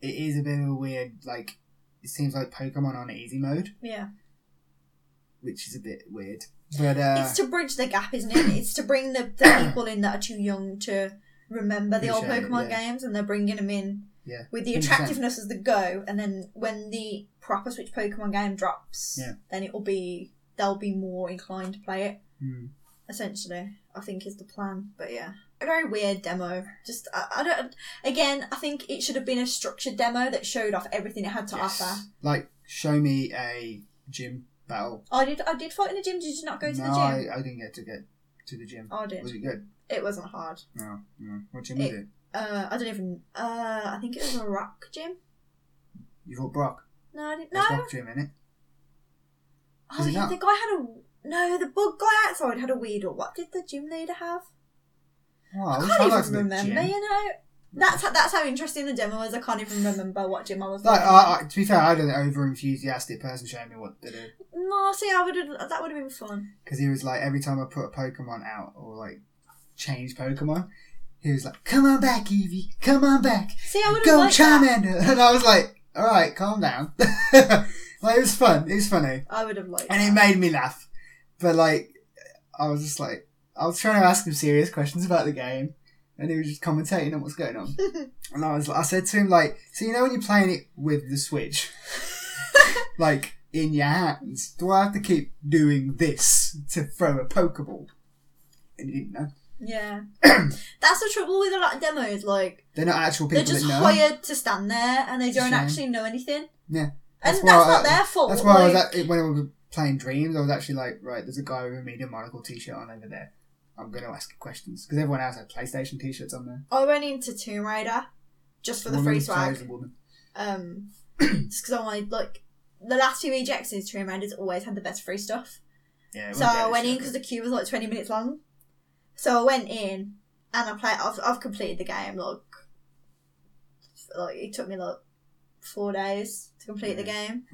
A: it is a bit of a weird, like it seems like Pokemon on easy mode,
B: Yeah,
A: which is a bit weird. But uh,
B: it's to bridge the gap, isn't it? It's to bring the, the people in that are too young to remember the old
A: Appreciate it,
B: Pokemon
A: yeah.
B: games, and they're bringing them in
A: yeah,
B: with the
A: 100%.
B: attractiveness as the go, and then when the proper Switch Pokemon game drops,
A: Yeah.
B: then it'll be they'll be more inclined to play it.
A: Hmm.
B: Essentially, I think is the plan. But yeah, a very weird demo. Just I, I don't. Again, I think it should have been a structured demo that showed off everything it had to
A: Yes.
B: offer.
A: like show me a gym battle.
B: I did. I did fight in the gym. Did you not go to
A: no,
B: the gym? Oh,
A: I, I didn't get to get to the gym.
B: I, did.
A: Was it good?
B: It wasn't hard.
A: No, no. What gym was
B: It-
A: it?
B: Uh, I don't even. Uh, I think it was a rock gym.
A: You fought Brock.
B: No, I didn't.
A: That's
B: No,
A: Brock gym, innit?
B: Oh,
A: Is it
B: yeah,
A: not?
B: the guy had a no. The bug guy outside had a Weedle. What did the gym leader have?
A: Wow,
B: I
A: wish
B: can't
A: liked
B: even
A: the
B: remember.
A: gym.
B: You know, that's how, that's how interesting the demo was. I can't even remember what gym I was.
A: Like,
B: in.
A: I, I, to be fair, I'd an over enthusiastic person showing me what to do.
B: no, see, I would have. That would have been fun.
A: Because he was like, every time I put a Pokemon out or like change Pokemon, he was like, come on back, Eevee, come on back,
B: See, I would have
A: go
B: liked that.
A: Charmander. And I was like, alright, calm down. like, it was fun, it was funny.
B: I would have liked.
A: And it
B: that.
A: made me laugh. But like, I was just like, I was trying to ask him serious questions about the game. and he was just commentating on what's going on. and I was, I said to him like, so you know when you're playing it with the Switch, like in your hands, do I have to keep doing this to throw a Pokeball? And you didn't know.
B: Yeah. That's the trouble with a lot of demos. Like,
A: They're not actual people
B: they're just
A: that know.
B: hired to stand there and they
A: It's a
B: don't
A: shame.
B: actually know anything.
A: Yeah.
B: And that's,
A: why I-
B: not their fault.
A: That's why I was
B: like-
A: at, when I was playing Dreams, I was actually like, right, there's a guy with a medium monocle t-shirt on over there. I'm gonna ask him questions because everyone else had PlayStation t-shirts on there.
B: I went into Tomb Raider just for the
A: Woman,
B: free
A: sorry,
B: swag.
A: it's a woman.
B: Um, just because I wanted, like, the last few rejects in Tomb Raider's always had the best free stuff.
A: Yeah,
B: So I went in because the queue was like 20 minutes long. So I went in and I played, I've, I've completed the game, like, like, it took me like four days to complete the game,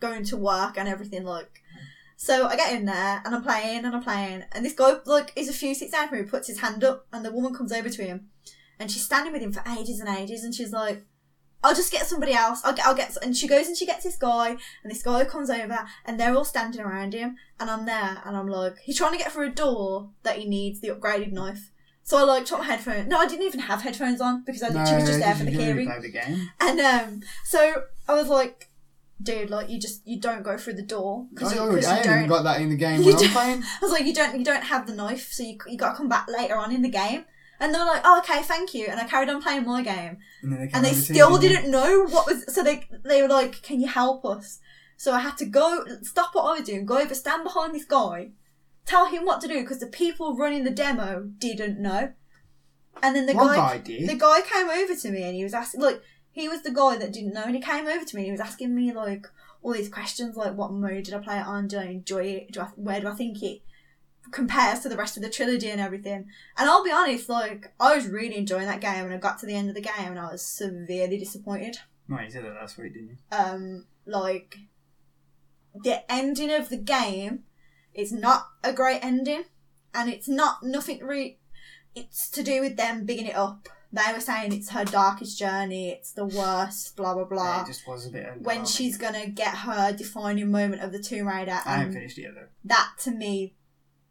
B: going to work and everything, like. So I get in there and I'm playing and I'm playing, and this guy, like, is a few seats down from me, puts his hand up, and the woman comes over to him, and she's standing with him for ages and ages, and she's like, I'll just get somebody else. I'll get, I'll get, and she goes and she gets this guy, and this guy comes over, and they're all standing around him, and I'm there, and I'm like, he's trying to get through a door that he needs the upgraded knife. So I like took my headphones. No, I didn't even have headphones on because I
A: No,
B: literally was just there for the
A: you already
B: keyring.
A: played the game.
B: And um, so I was like, dude, like you just you don't go through the door because
A: I,
B: you,
A: already,
B: 'cause
A: Oh, I
B: you
A: ain't even
B: don't.
A: got that in the game
B: You
A: when I'm
B: don't-
A: playing.
B: I was like, you don't you don't have the knife, so you you got to come back later on in the game. And they were like, oh, okay, thank you. And I carried on playing my game.
A: And then they, came
B: And they
A: over to you,
B: still
A: didn't they?
B: didn't know what was. So they they were like, can you help us? So I had to go stop what I was doing, go over, stand behind this guy, tell him what to do because the people running the demo didn't know. And then the
A: One guy
B: guy
A: did.
B: the guy came over to me and he was asking, like, he was the guy that didn't know, and he came over to me and he was asking me, like, all these questions, like, what mode did I play it on? Do I enjoy it? Do I, where do I think it compares to the rest of the trilogy and everything? And I'll be honest, like, I was really enjoying that game, and I got to the end of the game and I was severely disappointed.
A: No, you said that last week, didn't you?
B: Um, like, the ending of the game is not a great ending, and it's not nothing re. It's to do with them bigging it up. They were saying it's her darkest journey, it's the worst, blah blah
A: Yeah,
B: blah.
A: it just was a bit.
B: when
A: underwhelming.
B: she's gonna get her defining moment of the Tomb Raider,
A: I haven't
B: and
A: finished it yet though.
B: that to me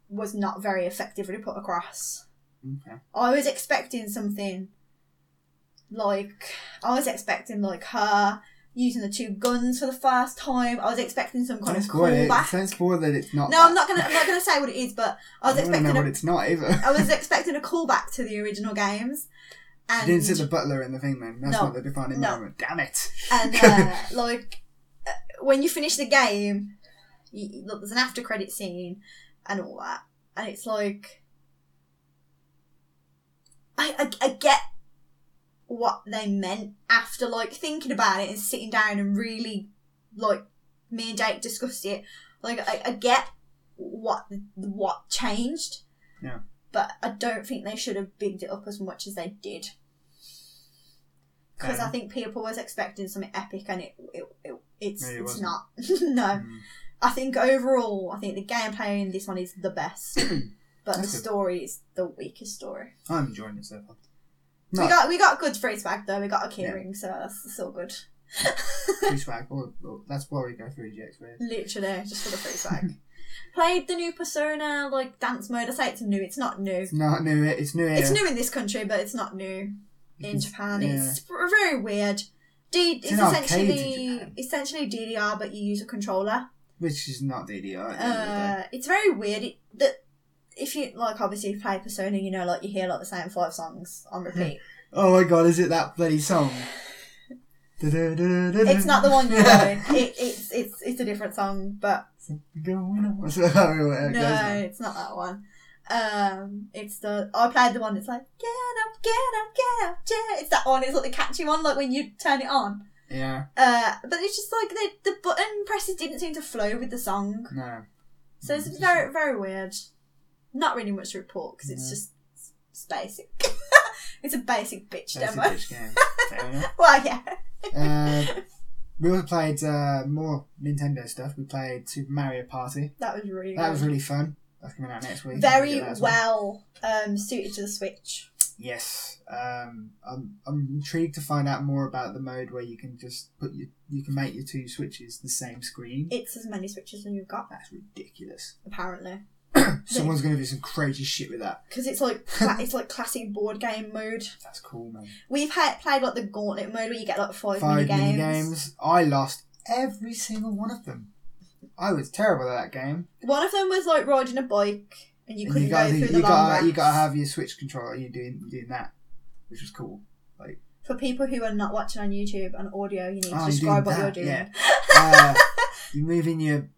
B: was not very effectively put across.
A: Okay.
B: I was expecting something like I was expecting like her using the two guns for the first time. I was expecting some kind
A: Don't
B: of
A: spoil it.
B: callback.
A: Don't spoil that it's not.
B: No,
A: that.
B: I'm not gonna I'm not gonna say what it is, but I was
A: I don't
B: expecting
A: know what
B: a,
A: it's not either.
B: I was expecting a callback to the original games.
A: She
B: And
A: didn't see the butler in the thing then. That's
B: No.
A: not the defining
B: No.
A: moment. Damn it.
B: and uh, like uh, when you finish the game, you, you- look, there's an after credit scene and all that, and it's like I, I I get what they meant after like thinking about it and sitting down and really like me and Jake discussed it. Like I, I get what what changed.
A: Yeah.
B: But I don't think they should have bigged it up as much as they did because
A: Fair.
B: I think people was expecting something epic and it, it, it it's
A: Yeah, it
B: it's
A: wasn't.
B: not. no,
A: Mm.
B: I think overall, I think the gameplay in this one is the best, but the
A: That's good.
B: story is the weakest story.
A: I'm enjoying it so far.
B: We
A: No.
B: got we got good free swag though. We got a key
A: Yeah.
B: ring, so that's, that's all good.
A: Free swag. Or, or, that's why we go for ejects, really.
B: Literally, just for the free swag. Played the new Persona like dance mode. I say it's new. It's not new.
A: It's not new. It's new. Era.
B: It's new in this country, but it's not new.
A: You
B: in
A: can-
B: Japan.
A: yeah.
B: It's very weird. D- it's
A: an arcade in
B: essentially
A: Japan.
B: essentially DDR, but you use a controller.
A: Which is not DDR. at the end of the day.
B: Uh, it's very weird. It, that if you like, obviously, you play Persona, you know, like you hear like the same five songs on repeat.
A: oh my god, is it that bloody song? it's
B: it's not the one you know. It, it's it's it's a different song, but
A: Going on. That's how it goes
B: no,
A: now.
B: it's not that one. Um, it's the I played the one that's like get up, get up, get up, yeah. It's that one. It's like the catchy one, like when you turn it on.
A: Yeah,
B: Uh, but it's just like the the button presses didn't seem to flow with the song.
A: no.
B: So it's very, very weird. Not really much to report because it's
A: No.
B: just it's basic. it's a basic bitch
A: That's a
B: demo.
A: bitch game. Fair enough.
B: Well, yeah.
A: Uh, we also played uh, more Nintendo stuff. We played Super Mario Party.
B: That was really,
A: That was
B: good.
A: really fun. That's coming out next week.
B: very
A: Get that as
B: well um, suited to the Switch.
A: Yes. Um, I'm, I'm intrigued to find out more about the mode where you can just put your you can make your two switches the same screen.
B: It's as many Switches as you've got,
A: That's ridiculous.
B: apparently.
A: Someone's gonna do some crazy shit with that.
B: because it's like cla- it's like classic board game mode.
A: That's cool, man.
B: We've had, played like the gauntlet mode where you get like five,
A: Five
B: mini
A: mini
B: games.
A: games. I lost every single one of them. I was terrible at that game.
B: One of them was like riding a bike and you
A: And
B: couldn't
A: you gotta,
B: go
A: do-
B: through
A: you
B: the long
A: gotta, you
B: grass.
A: gotta have your Switch controller. You doing doing that, which was cool.
B: For people who are not watching on YouTube on audio, you need to
A: Oh, I'm
B: describe what
A: doing
B: you're
A: that,
B: doing.
A: yeah. Uh, you're moving your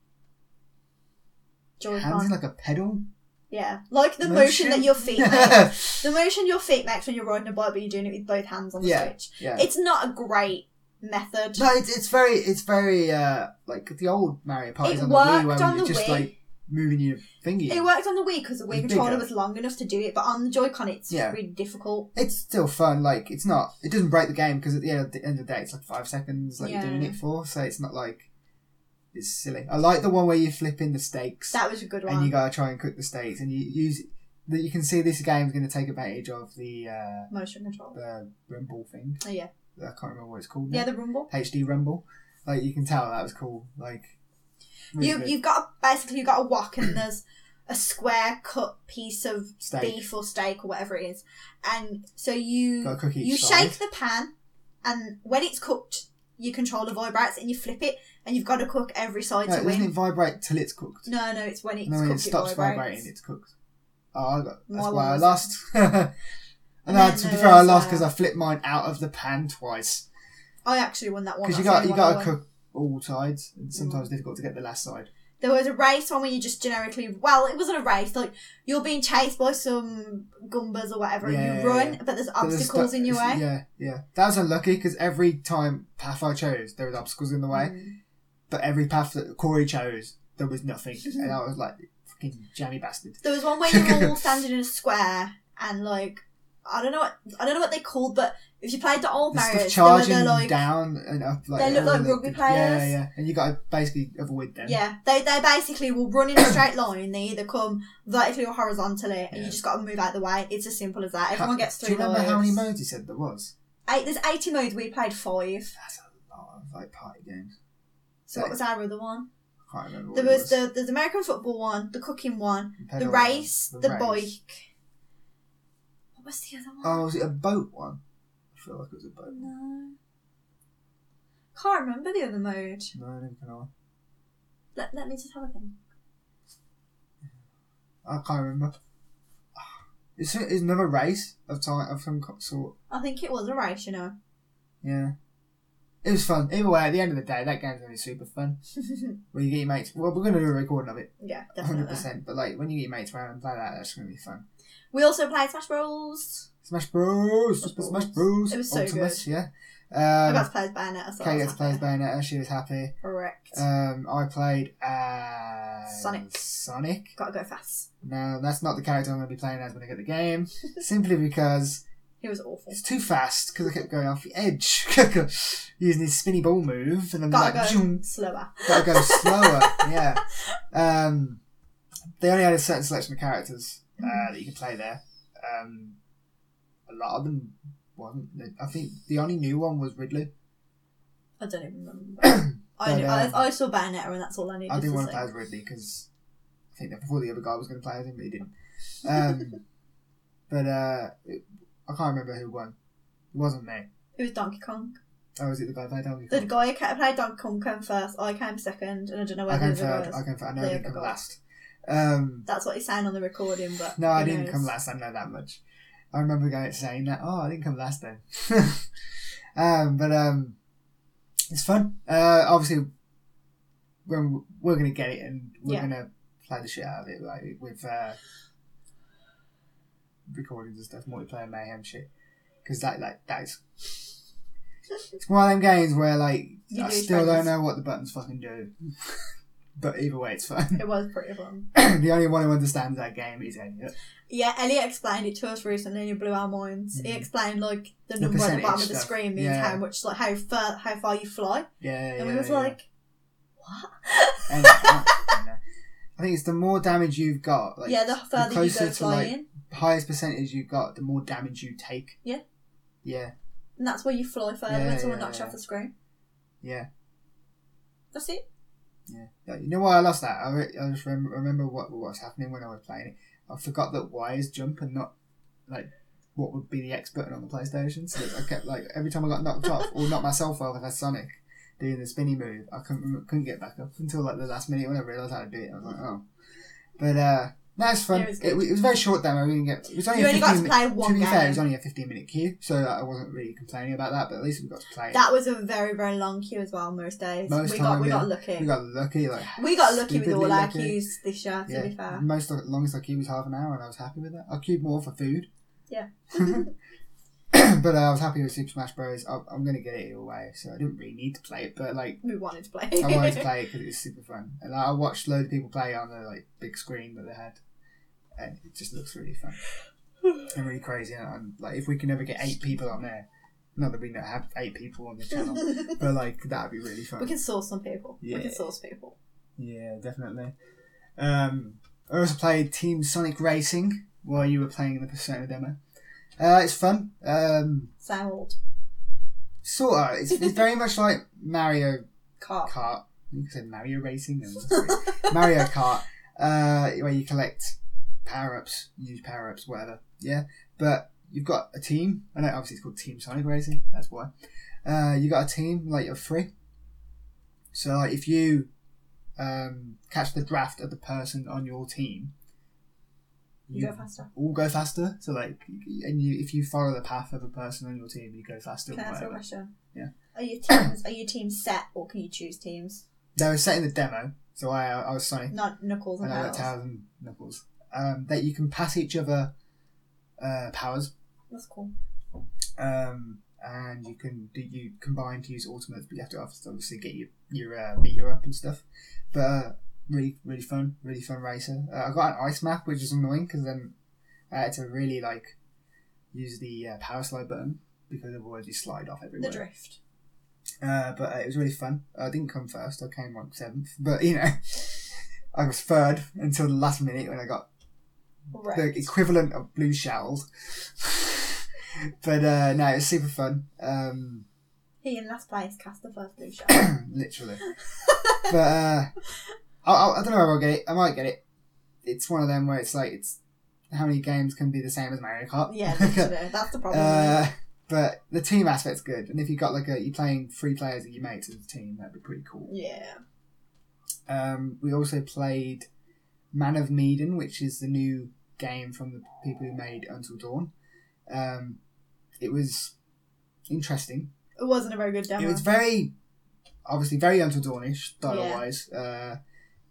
A: hands
B: Joy-Con.
A: in like a pedal.
B: yeah, like the motion, that your feet make. the motion your feet makes when you're riding a bike, but you're doing it with both hands on the
A: Yeah.
B: switch.
A: yeah.
B: It's not a great method.
A: No, it's, it's very it's very uh like the old Mario parties
B: It
A: on the Wii
B: worked
A: where
B: on
A: you're
B: the
A: just
B: Wii.
A: like moving your finger.
B: It worked on the Wii because the Wii
A: It's
B: controller
A: bigger.
B: was long enough to do it, but on the Joy-Con it's
A: Yeah.
B: really difficult.
A: It's still fun. Like it's not. It doesn't break the game because at the end, of the end of the day, it's like five seconds. Like
B: Yeah.
A: you're doing it for, so it's not like it's silly. I like the one where you flip in the stakes
B: That was a good one.
A: and you gotta try and cook the stakes and you use that. You can see this game's gonna take advantage of the uh
B: Motion control.
A: the rumble thing.
B: Oh yeah,
A: I can't remember what it's called.
B: yeah,
A: now.
B: the rumble.
A: HD rumble. Like you can tell that was cool. Like really
B: You
A: good
B: you've got a, basically you've got a wok and there's a square cut piece of
A: steak.
B: beef or steak or whatever it is, and so you
A: Gotta cook each
B: you
A: side.
B: shake the pan, and when it's cooked, you control the vibrates and you flip it, and you've got to cook every side
A: No,
B: to
A: doesn't
B: win.
A: it vibrate till it's cooked?
B: No, no, it's when it's
A: No,
B: cooked.
A: it stops
B: vibrates.
A: vibrating. It's cooked. Oh, I got,
B: My
A: that's
B: one
A: why I
B: was-
A: lost. and
B: And
A: I,
B: then
A: to be
B: there
A: fair, I
B: was,
A: lost
B: uh,
A: because I flipped mine out of the pan twice.
B: I actually won that one.
A: Because you
B: that's
A: got
B: the
A: you
B: only one I
A: got
B: Mm.
A: to
B: won.
A: cook all sides, and sometimes difficult to get the last side.
B: There was a race one where you just generically, well, it wasn't a race. Like you're being chased by some gumbas or whatever, and
A: Yeah,
B: you run,
A: yeah.
B: but there's
A: But there's
B: obstacles
A: stu-
B: in your way.
A: Yeah, yeah. That was unlucky because every time path I chose, there was obstacles in the way.
B: Mm.
A: But every path that Corey chose, there was nothing, and I was like, "Fucking jammy bastard."
B: There was one where you're all standing in a square, and like I don't know what I don't know what they called, but if you played the old
A: The stuff
B: Mario's, they were
A: charging
B: the, like
A: down and up like
B: they look
A: all
B: like
A: the-
B: rugby
A: Yeah,
B: players.
A: yeah. And you got to basically avoid them.
B: yeah, they they basically will run in a straight line. They either come vertically or horizontally, and
A: Yeah.
B: you just got to move out of the way. It's as simple as that. Everyone
A: How-
B: gets three
A: Do you remember how many
B: lives.
A: modes he said there was?
B: Eight, there's 80 modes. We played five.
A: That's a lot of like party games.
B: So what was our other one?
A: I can't remember.
B: There
A: what
B: was
A: it
B: the there's American football one, the cooking one,
A: was.
B: the
A: Pedal
B: race,
A: one,
B: the
A: race.
B: bike. What was the other one?
A: Oh, was it a boat one? I feel like it was a boat. one.
B: No. Can't remember the other mode.
A: No, I don't know.
B: Let, let me just have a think.
A: I can't remember. It's, it's another race of time of some co- sort.
B: I think it was a race, you know.
A: Yeah. It was fun. Either way, at the end of the day, that game's really super fun. Where you get your mates. Well, we're going to do a recording of it,
B: yeah, definitely.
A: 100%. But, like, when you get your mates around and play that, that's going to be fun.
B: We also played Smash Bros.
A: Smash Bros.
B: Smash
A: Super
B: Bros.
A: Smash Bros.
B: It was so
A: Ultimate,
B: good.
A: Yeah.
B: I got
A: Um,
B: to play as Bayonetta, so
A: Kate
B: I
A: gets
B: was
A: to play as
B: happy.
A: Bayonetta. She was happy.
B: Correct.
A: Um, I played as
B: Sonic.
A: Sonic.
B: Gotta go fast.
A: No, that's not the character I'm going to be playing as when I get the game. simply because
B: He was awful.
A: it's too fast. Because I kept going off the edge, using his spinny ball move, and I'm
B: Gotta
A: like,
B: go
A: "Zoom."
B: slower.
A: gotta go slower. yeah. Um, they only had a certain selection of characters uh, that you could play there. Um, a lot of them wasn't. I think the only new one was Ridley.
B: I don't even remember. I,
A: But,
B: knew, I,
A: um,
B: I saw Bayonetta and that's all I needed
A: I didn't
B: to
A: want
B: say.
A: to play as Ridley because I think that before the other guy was going to play as him, but he didn't. Um, but uh, it, I can't remember who won. It wasn't me.
B: It was Donkey Kong.
A: Oh, was it the guy that played Donkey
B: The
A: Kong?
B: guy who ca- played Donkey Kong came first. I came second, and I don't know
A: I
B: where the
A: came
B: other guy
A: third.
B: was.
A: I came third. I know
B: The
A: I didn't
B: other
A: come
B: guy.
A: last. Um,
B: That's what he's saying on the recording, but
A: No, I
B: who
A: didn't
B: knows?
A: come last. I know that much. I remember going saying that. Oh, I didn't come last then. um, but um, it's fun. Uh, obviously, we're we're gonna get it and we're
B: Yeah.
A: gonna play the shit out of it, like with uh, recordings and stuff, multiplayer mayhem shit. Because that like that is. It's one of them games where like
B: You
A: I
B: do
A: still
B: things.
A: don't know what the buttons fucking do, but either way it's fun.
B: It was pretty fun.
A: the only one who understands that game is Elliot.
B: Yeah, Elliot explained it to us recently, and it blew our minds. He
A: Mm.
B: explained like the
A: The
B: number at the bottom
A: percentage
B: of the
A: stuff.
B: screen means
A: Yeah.
B: how much, like how far, how far you fly,
A: Yeah,
B: and
A: yeah,
B: we was
A: yeah.
B: like,
A: And- I think it's the more damage you've got, like
B: yeah, the further you
A: closer
B: go
A: to, like,
B: flying,
A: highest percentage you've got, the more damage you take.
B: Yeah.
A: Yeah,
B: and that's where you fly further
A: Yeah,
B: when someone
A: yeah,
B: knocks you
A: yeah.
B: off the screen.
A: yeah.
B: That's it.
A: Yeah. Yeah, You know why I lost that? I, re- I just remember, remember what, what was happening when I was playing it. I forgot that Y is jump and not like what would be the X button on the PlayStation. So I kept like every time I got knocked off or knocked myself off as Sonic doing the spinny move, I couldn't rem- couldn't get back up until like the last minute when I realised how to do it. I was like, oh. But uh, no, it's fun.
B: Yeah,
A: It
B: it was
A: was,
B: good.
A: it, was a very short demo. We didn't get. It was only
B: You
A: a
B: only got
A: 15
B: to play
A: Oh, mi-
B: one
A: To be fair, it was
B: game.
A: only a fifteen-minute queue, so I wasn't really complaining about that. But at least we got to play. it.
B: That was a very, very long queue as well most days.
A: Most
B: we got
A: time,
B: we
A: yeah.
B: got lucky.
A: we got lucky. Like
B: We got lucky with
A: Stupidly
B: all our
A: lucky.
B: queues this year, to be fair.
A: most of, longest I queued was half an hour, and I was happy with that. I queued more for food.
B: Yeah.
A: but uh, I was happy with Super Smash Bros. I, I'm going to get it either way, so I didn't really need to play it. But like,
B: We wanted to play.
A: I wanted to play it because it was super fun, and I watched loads of people play it on the like big screen that they had, and it just looks really fun and really crazy. And, and like, if we can ever get eight people on there, not that we don't have eight people on the channel, but like that'd be really fun.
B: we can source some people. We
A: Yeah.
B: can source people.
A: Yeah, definitely. Um, I also played Team Sonic Racing while you were playing the Persona demo. Uh, it's fun. Um,
B: Sam old
A: sort of. It's, it's very much like Mario
B: car.
A: Kart. You could say Mario Racing. No, that's great. Mario Kart, uh, where you collect power ups, use power ups, whatever. Yeah, but you've got a team. I know, obviously, it's called Team Sonic Racing. That's why. Uh, you got a team like you're free. So like, if you um, catch the draft of the person on your team,
B: You go faster.
A: all go faster. So like, and you if you follow the path of a person on your team, you go faster.
B: Can I
A: or
B: ask you a
A: whatever.
B: question?
A: Yeah.
B: Are your teams are your teams set or can you choose teams?
A: They were setting the demo, so I I was Sonic.
B: Not knuckles and
A: I know
B: tails.
A: that Tails and Knuckles. Um, that you can pass each other uh, powers,
B: That's cool.
A: um, and you can do you combine to use ultimates, but you have to obviously- obviously get your your uh, meter up and stuff. But uh, really, really fun, really fun racer. Uh, I got an ice map, which is annoying because then I had to really like use the uh, power slide button because otherwise you slide off everywhere.
B: The drift.
A: Uh, but uh, it was really fun. I didn't come first. I came like seventh, but you know, I was third until the last minute when I got
B: Right.
A: the equivalent of blue shells. but uh, no, it's super fun. Um,
B: He in last place cast the first blue shell.
A: literally. but uh, I, I, I don't know if I'll get it. I might get it. It's one of them where it's like it's how many games can be the same as Mario Kart.
B: yeah, literally. That's the problem.
A: uh, but the team aspect's good, and if you got like a you're playing three players and your mates as a team, that'd be pretty cool.
B: yeah.
A: Um, we also played Man of Medan, which is the new game from the people who made Until Dawn. Um, it was interesting.
B: It wasn't a very good demo.
A: It was very, obviously, very Until Dawnish dialogue wise, uh,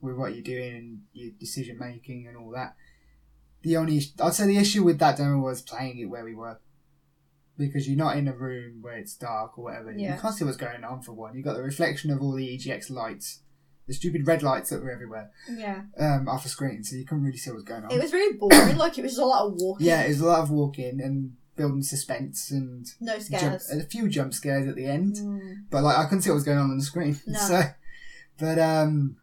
A: with what you're doing and your decision making and all that. The only, I'd say, the issue with that demo was playing it where we were. Because you're not in a room where it's dark or whatever.
B: Yeah.
A: You can't see what's going on for one. You've got the reflection of all the EGX lights, the stupid red lights that were everywhere
B: yeah.
A: um, off a screen, so you couldn't really see what was going on.
B: It was very boring. like it was just a lot of walking.
A: yeah, it was a lot of walking and building suspense and
B: No
A: jump,
B: scares.
A: and a few jump scares at the end,
B: Mm.
A: but like I couldn't see what was going on on the screen.
B: No.
A: So, but um,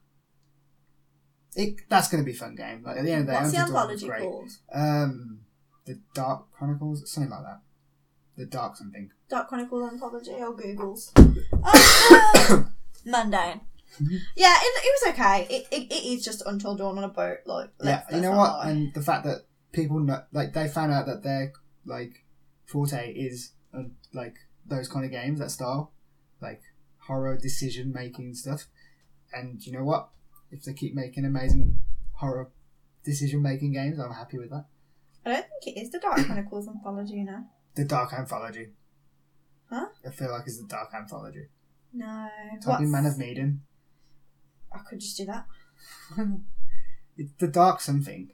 A: it that's going to be a fun game. Like at the end of the day,
B: What's the
A: Until Dawn was
B: anthology
A: great.
B: called?
A: Um, the Dark Chronicles, something like that. The Dark something.
B: Dark Chronicles anthology or Google's. Uh, mundane.
A: Mm-hmm.
B: Yeah, it, it was okay. It, it, it is just Until Dawn on a boat. Like,
A: yeah,
B: let's-
A: you
B: let's
A: know
B: not
A: what?
B: lie.
A: And the fact that people know, like they found out that their like forte is uh, like those kind of games, that style, like horror decision making stuff. And you know what? If they keep making amazing horror decision making games, I'm happy with that.
B: I don't think it is the Dark Chronicles anthology, you know.
A: The Dark Anthology.
B: Huh?
A: I feel like it's the Dark Anthology.
B: No.
A: Type in
B: What's-
A: Man of Medan.
B: I could just do that.
A: it's the Dark something.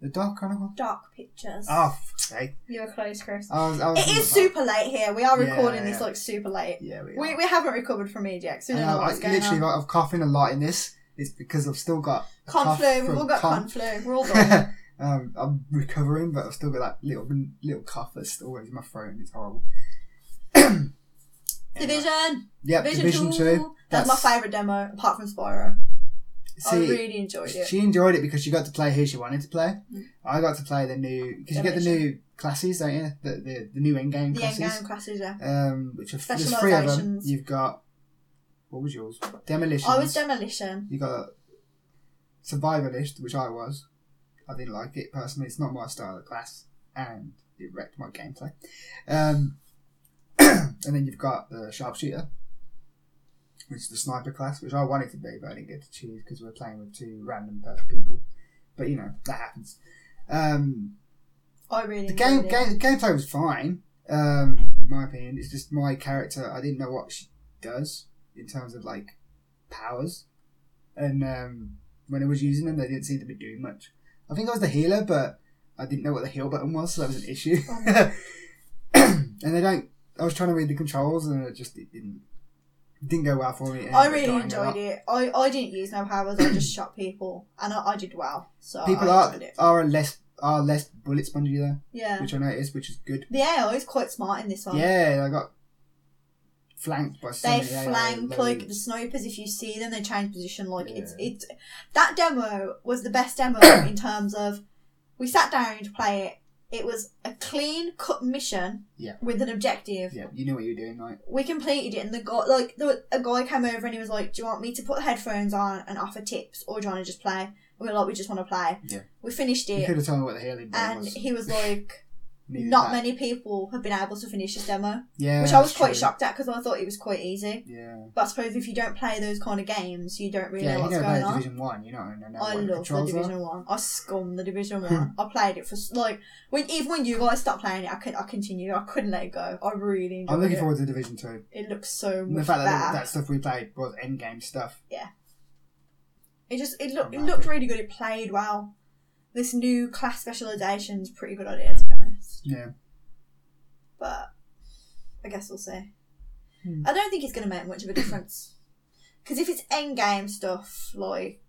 A: The Dark Chronicle.
B: Dark Pictures.
A: Oh, for fuck's sake.
B: You were close, Chris.
A: I was, I was
B: It
A: thinking
B: is
A: about-
B: super late here. We are
A: Yeah,
B: recording this
A: Oh, yeah.
B: like super late.
A: Yeah, we are.
B: We, we haven't recovered from EGX. We
A: And
B: don't
A: I,
B: know
A: I
B: what's going
A: literally,
B: on.
A: I've coughing a lot in this. It's because I've still got a cough
B: Conflu. We've
A: from
B: all got
A: con-
B: conflu. We're all done.
A: um, I'm recovering, but I've still got that little little cough that's always in my throat. and It's horrible. Anyway.
B: Division.
A: Yep,
B: Division,
A: Division
B: two.
A: Two.
B: That's, my favourite demo, apart from Spyro. I
A: See,
B: really enjoyed it.
A: she enjoyed it because she got to play who she wanted to play.
B: Mm.
A: I got to play the new because you get the new classes, don't you? The the, the new end game
B: the end
A: classes,
B: game classes, yeah.
A: um, which are there's three of them.
B: Specialisations.
A: You've got What was yours? Demolition.
B: I was demolition.
A: you got survivalist, which I was. I didn't like it personally. It's not my style of class, and it wrecked my gameplay. Um, and then you've got the sharpshooter, which is the sniper class, which I wanted to be, but I didn't get to choose because we are playing with two random per- people. But you know that happens. Um,
B: I really
A: the game,
B: enjoyed it.
A: game gameplay was fine, um, in my opinion. It's just my character. I didn't know what she does in terms of like powers, and um, when I was using them, they didn't seem to be doing much. I think I was the healer, but I didn't know what the heal button was, so that was an issue.
B: Oh,
A: and they don't. I was trying to read the controls, and it just it didn't didn't go well for me. and
B: I
A: ended up
B: really
A: dying a lot.
B: enjoyed it. I, I didn't use no powers. I just shot people, and I, I did well. So
A: People
B: I
A: are
B: enjoyed it.
A: are less are less bullet spongy though,
B: Yeah,
A: which I noticed, which is good.
B: the AI is quite smart in this one.
A: Yeah, I got flanked by so
B: They
A: many AI
B: flank like
A: loads.
B: the snipers. If you see them, they change position. Like it's
A: Yeah.
B: it's that demo was the best demo in terms of we sat down to play it. It was a clean cut mission
A: Yeah.
B: with an objective.
A: Yeah, you knew what you were doing, right?
B: We completed it, and the guy like there was, a guy came over and he was like, "Do you want me to put headphones on and offer tips, or do you want to just play?" And we were like, "We just want to play."
A: Yeah.
B: We finished
A: You
B: it,
A: could have told me what the healing button
B: and
A: was.
B: he was like,
A: Needed
B: "Not
A: that.
B: many people have been able to finish this demo,"
A: Yeah,
B: which I was
A: that's
B: quite
A: true.
B: shocked at because I thought it was quite easy.
A: Yeah,
B: But I suppose if you don't play those kind of games, you don't really
A: yeah,
B: know
A: you
B: what's
A: know
B: going
A: about
B: on.
A: Division One, you know, and know what
B: I
A: the
B: love the
A: controls
B: Division
A: are.
B: One. I scum the Division One. I played it for s- like when even when you guys stopped playing it, I could I continued. I couldn't let it go. I really enjoyed
A: I'm looking
B: it.
A: forward to Division Two.
B: It looks so
A: And the
B: much
A: fact that
B: better.
A: that stuff we played was endgame stuff.
B: It just it looked it
A: I'm
B: looked
A: happy.
B: really good. It played well. This new class specialization's pretty good idea to be honest.
A: Yeah,
B: But I guess we'll see.
A: Hmm.
B: I don't think it's going to make much of a difference because if it's end game stuff, like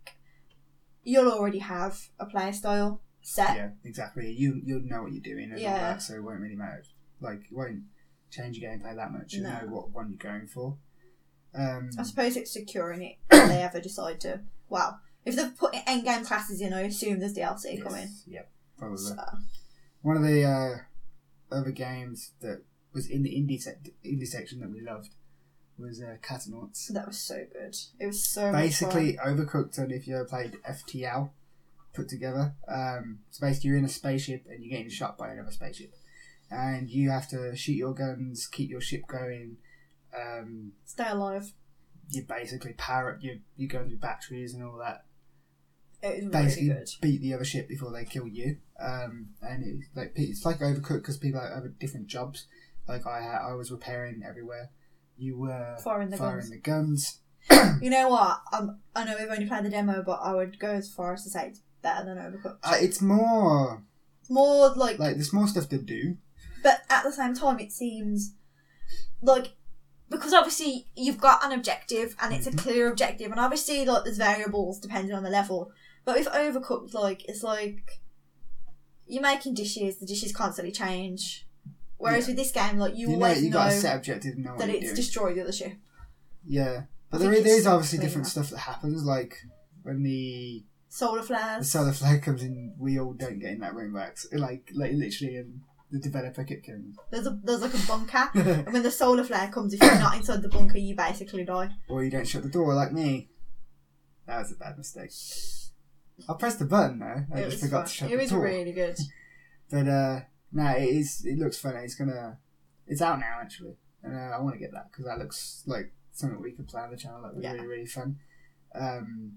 B: you'll already have a player style set.
A: yeah, exactly. You you'll know what you're doing and all
B: Yeah.
A: that, so it won't really matter. Like, it won't change your gameplay that much. You
B: No.
A: know what one you're going for. Um,
B: I suppose it's securing it if they ever decide to. Well, if they've put end game classes in, I assume there's DLC
A: yes,
B: coming.
A: Yep, probably.
B: So,
A: one of the uh, other games that was in the indie sec- indie section that we loved was uh, Catanauts.
B: that was so good. It was so much fun.
A: Basically, Overcooked, and if you ever played FTL, put together. Um, so basically, you're in a spaceship and you're getting shot by another spaceship, and you have to shoot your guns, keep your ship going. Um,
B: stay alive.
A: you basically power up your, your guns with batteries and all that.
B: It was
A: Basically,
B: really good.
A: beat the other ship before they kill you. Um, and it's like it's like overcooked because people have different jobs. Like I had, I was repairing everywhere. You were
B: Firing the
A: firing
B: guns.
A: the guns.
B: You know what? Um, I know we've only played the demo, but I would go as far as to say it's better than Overcooked.
A: Uh, it's more
B: More like,
A: like there's more stuff to do.
B: but at the same time, it seems like because obviously you've got an objective and it's a
A: Mhm.
B: clear objective, and obviously like there's variables depending on the level. But with Overcooked, like it's like you're making dishes; the dishes constantly change. Whereas
A: Yeah.
B: with this game, like you,
A: You, know,
B: always
A: you
B: know,
A: got a set objective. and Know what
B: that
A: you're
B: it's
A: doing.
B: destroyed the other ship.
A: yeah, but
B: I
A: there,
B: think
A: there
B: it's
A: is obviously
B: cleaner.
A: different stuff that happens. Like when the,
B: Solar
A: the
B: flares.
A: solar flare comes in, we all don't get in that room. Works like like literally, and the developer kept
B: There's a there's like a bunker.
A: killing.
B: And when the solar flare comes, if you're not inside the bunker, you basically die.
A: Or you don't shut the door like me. That was a bad mistake. I pressed the button though. I
B: it
A: just
B: was
A: forgot
B: fun.
A: to shut
B: It
A: the
B: was
A: door.
B: really good.
A: But uh, no, it is. It looks funny. It's gonna. It's out now actually, and uh, I want to get that because that looks like something we could play on the channel. That would
B: Yeah.
A: be really really fun. Um,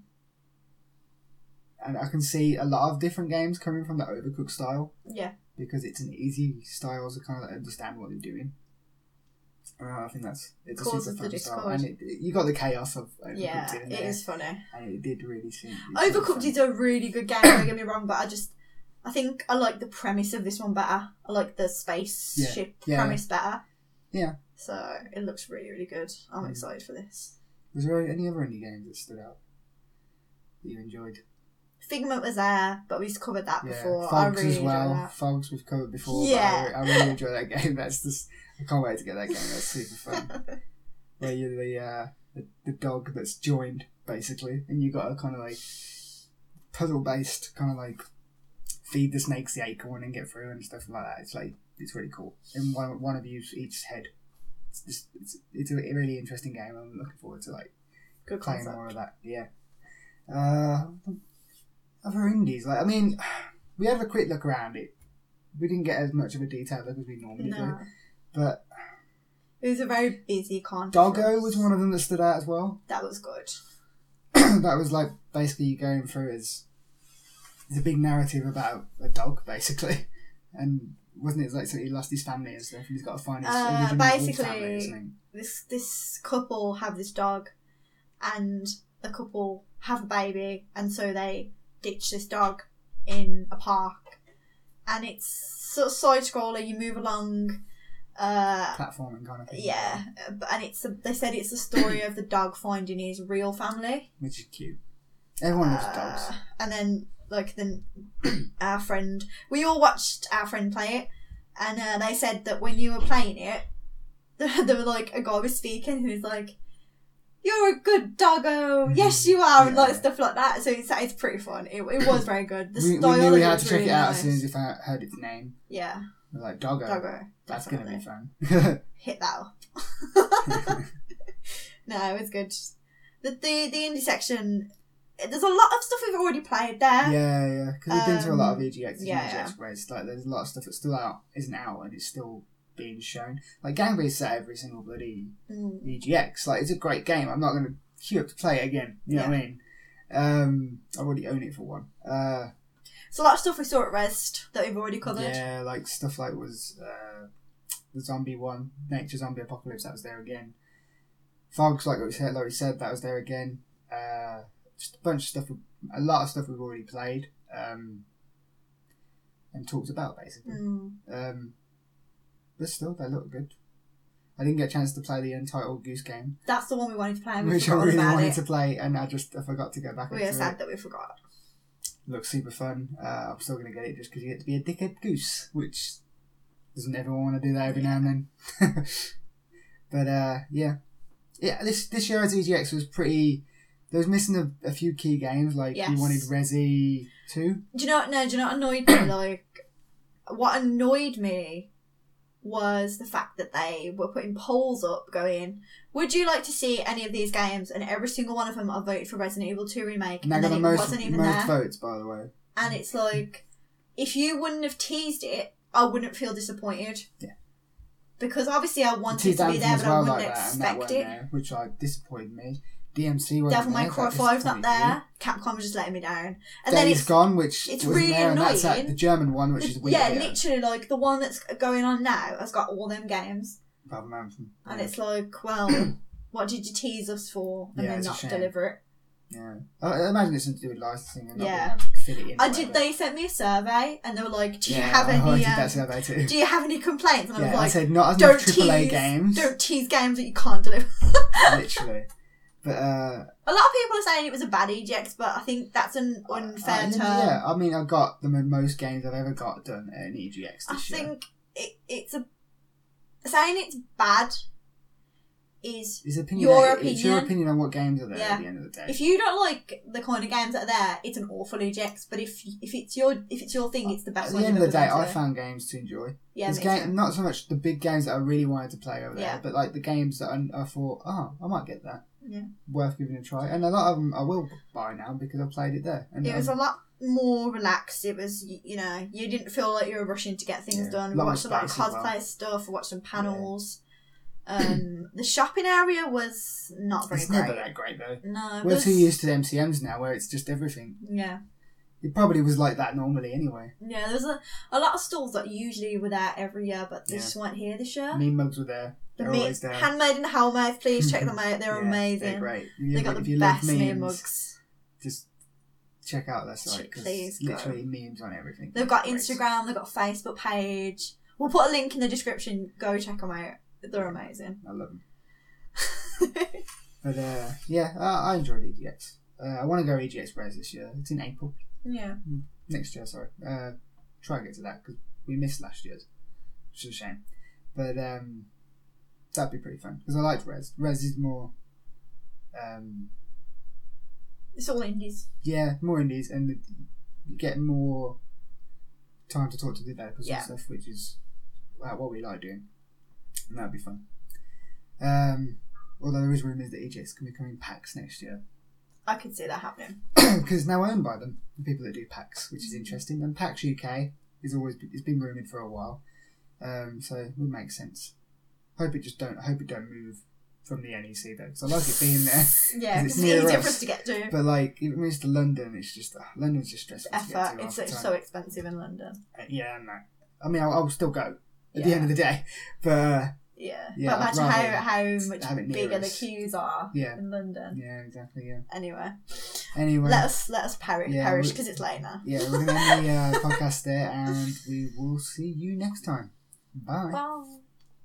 A: and I can see a lot of different games coming from the Overcooked style
B: Yeah,
A: because it's an easy style to kind of understand what they're doing. Uh, I think that's it's
B: Causes
A: a super
B: the
A: fun style,
B: discord.
A: and it, you got the chaos of Overcooked
B: yeah,
A: in
B: it
A: there
B: is funny.
A: and it did really seem it
B: Overcooked
A: seemed
B: is a really good game. Don't get me wrong, but I just I think I like the premise of this one better. I like the spaceship
A: Yeah, yeah.
B: premise better.
A: Yeah.
B: So it looks really really good. I'm
A: Mm.
B: excited for this.
A: fun. Was there any other indie games that stood out that you enjoyed?
B: Figment was there, but we've covered that before. I
A: Fogs
B: really
A: as
B: enjoyed
A: well.
B: that.
A: Fogs we've covered before. Yeah,
B: Yeah.
A: I, re- I really enjoy that game. That's just I can't wait to get that game. That's super fun. Where you're the, uh, the the dog that's joined basically, and you got to kind of like puzzle based kind of like feed the snakes the acorn and get through and stuff like that. It's like it's really cool. And one one of you each head. It's just it's, it's a really interesting game. I'm looking forward to like
B: Good
A: playing
B: concept.
A: more of that. Yeah. Uh, other indies, like I mean, we had a quick look around it. We didn't get as much of a detailed look as we normally do,
B: No.
A: but
B: It was a very busy conference.
A: Doggo was one of them that stood out as well.
B: That was good.
A: that was like basically going through his the big narrative about a dog, basically, and wasn't it like so he lost his family and stuff, and he's got to find his
B: Uh,
A: original wolf
B: basically-
A: family or something.
B: This this couple have this dog, and the couple have a baby, and so they ditch this dog in a park, and it's sort of side scroller. You move along. Uh,
A: platforming kind of thing.
B: yeah, but- and it's a, they said it's the story of the dog finding his real family.
A: which is cute. Everyone
B: Uh,
A: loves dogs.
B: And then like then our friend, we all watched our friend play it, and uh, they said that when you were playing it, there were like a guy was speaking who's like, "You're a good doggo,
A: Mhm.
B: yes you are," and like
A: Yeah.
B: stuff like that. So it's, it's pretty fun. It, it was very good. The
A: We, we
B: style
A: knew
B: of
A: we
B: it
A: had
B: was
A: to check
B: really
A: it out
B: nice.
A: as soon as we found, heard its name.
B: Yeah,
A: We We're like doggo,
B: doggo.
A: that's gonna be
B: definitely.
A: fun.
B: hit that up. no, it's good. The, the the indie section, there's a lot of stuff we've already played there.
A: yeah, yeah, because we've been through a lot of EGX and
B: Um,
A: E
B: yeah,
A: EGX where it's like there's a lot of stuff that's still out, isn't out, and it's still being shown. Like Gangbay's set every single bloody
B: Mm.
A: EGX. Like it's a great game. I'm not going to queue up to play it again. You know what I mean? Um, I already own it for one. Uh,
B: It's a lot of stuff we saw at Rest that we've already covered.
A: yeah, like stuff like was uh, the zombie one, Nature Zombie Apocalypse. That was there again. Fogs, like we said, like we said, that was there again. Uh, just a bunch of stuff, a lot of stuff we've already played um, and talked about basically.
B: Mm.
A: Um, but still, they look good. I didn't get a chance to play the Untitled Goose Game.
B: That's the one we wanted to play. And we
A: which I
B: forgot all
A: really
B: about
A: wanted
B: it.
A: to play, and I just I forgot to go back.
B: We are
A: into
B: sad
A: It.
B: that we forgot.
A: Looks super fun. Uh, I'm still gonna get it just because you get to be a dickhead goose, which doesn't everyone want to do that every now and then. but uh, yeah, yeah. This this year at EGX was pretty. There was missing a, a few key games like you
B: Yes.
A: wanted Resi two.
B: Do you know? what- No, do you know what annoyed me? Like, what annoyed me was the fact that they were putting polls up going, "Would you like to see any of these games?" And every single one of them, I voted for Resident Evil Two remake,
A: And
B: and,
A: that got
B: then
A: the
B: it
A: most
B: wasn't even
A: most
B: there.
A: votes, by the way.
B: And it's like, if you wouldn't have teased it, I wouldn't feel disappointed.
A: Yeah.
B: Because obviously I wanted
A: Teased
B: to be
A: Anthem
B: there,
A: as
B: but I
A: well
B: wouldn't
A: like that, and that
B: expect
A: weren't
B: it.
A: there, which like disappointed me. DMC wasn't
B: Devil
A: there,
B: May
A: that
B: Cry Five's
A: disappointed
B: not
A: me.
B: there. Capcom was just letting me down. And
A: Then
B: then
A: he's
B: it's
A: gone, which
B: it's
A: wasn't
B: really
A: there, and that's like
B: annoying.
A: the German one, which is weird.
B: yeah, literally like the one that's going on now has got all them games,
A: Apart from Anthem.
B: and
A: yeah.
B: it's like, well, what did you tease us for, and
A: Yeah,
B: then
A: it's a
B: not
A: shame.
B: deliver it?
A: yeah. I, I imagine it's something to do with licensing and not
B: Yeah.
A: being able to fit it in.
B: I
A: or
B: did.
A: whatever.
B: They sent me a survey, and they were like, "Do you
A: Yeah,
B: have
A: I- I
B: any?
A: did that
B: Um,
A: survey too.
B: do you have any complaints?" And I
A: yeah,
B: was
A: I
B: like,
A: said not as
B: "Don't
A: much AAA
B: tease,
A: games,
B: don't tease games that you can't deliver."
A: literally. But uh,
B: A lot of people are saying it was a bad EGX, but I think that's an
A: I,
B: unfair term.
A: yeah, I mean, I got the mo- most games I've ever got done at an EGX this
B: I
A: year.
B: think it, it's a saying it's bad is
A: It's opinion.
B: your
A: It's your
B: opinion.
A: opinion on what games are there
B: Yeah.
A: at the end of the day.
B: If you don't like the kind of games that are there, it's an awful ejex. But if if it's your if it's your thing, it's the
A: at
B: best.
A: the
B: one
A: end of
B: you've
A: the day,
B: ever
A: I
B: done.
A: found games to enjoy.
B: yeah,
A: It's
B: me
A: ga-
B: too.
A: not so much the big games that I really wanted to play over there,
B: Yeah.
A: but like the games that I, I thought, oh, I might get that.
B: Yeah.
A: Worth giving a try. And a lot of them I will buy now because I played it there. And
B: It was a
A: um,
B: lot more relaxed. It was y- you know you didn't feel like you were rushing to get things
A: Yeah.
B: done. We
A: Lot more
B: watched a lot of
A: space as
B: cosplay
A: well.
B: stuff. We watched some panels. Um, the shopping area was not very
A: it's
B: great.
A: never that great though.
B: No, it
A: We're
B: was-
A: too used to the MCMs now where it's just everything.
B: Yeah,
A: It probably was like that normally anyway.
B: yeah. There was a, a lot of stalls that usually were there every year, but they
A: Yeah.
B: just weren't here this year.
A: Mean mugs were there.
B: The
A: They're
B: meat,
A: always there.
B: handmade and Hellmouth, please check them out. They're
A: Yeah,
B: amazing.
A: They're great.
B: They
A: If-
B: got
A: if
B: the
A: you love
B: best meat mugs.
A: Just check out their site because
B: Please go.
A: literally memes on everything.
B: They've got
A: Great.
B: Instagram, they've got a Facebook page. We'll put a link in the description. Go check them out. They're amazing.
A: I love them. But uh, yeah, I, I enjoyed EGX. Uh, I want to go EGX Res this year. It's in April.
B: yeah.
A: next year, sorry. Uh, try and get to that because we missed last year's, which is a shame. But um, that'd be pretty fun because I liked Res. Res is more, um,
B: It's all indies.
A: yeah, more indies, and you get more time to talk to developers
B: Yeah.
A: and stuff, which uh, is like, what we like doing, and that'd be fun. Um, Although there is rumours that EGX can be coming packs next year.
B: I could see that happening.
A: because now owned by them, the people that do PAX,
B: Mm.
A: which is interesting. And PAX UK is always it's been rumored for a while, um, so it would make sense. Hope it just don't hope it don't move from the NEC though, because I like it being there.
B: Yeah,
A: 'Cause it's
B: because it's easier
A: near
B: for
A: us.
B: us to get to.
A: But like if it moves to London, it's just uh, London's just stressful. to get
B: effort.
A: to
B: It's,
A: half the
B: it's
A: time.
B: so expensive in London.
A: Uh, yeah, no. I mean, I'll, I'll still go at the
B: Yeah.
A: end of the day, but uh,
B: Yeah.
A: Yeah, I'd
B: but imagine
A: rather
B: how, how
A: have it
B: much
A: near
B: bigger the
A: us.
B: queues are
A: yeah,
B: in London.
A: yeah, exactly, yeah.
B: Anyway,
A: Anyway,
B: let us let us perish
A: Yeah,
B: perish
A: we-
B: because it's late now.
A: yeah, we're gonna end the uh, podcast there, and we will see you next time. Bye.
B: Bye.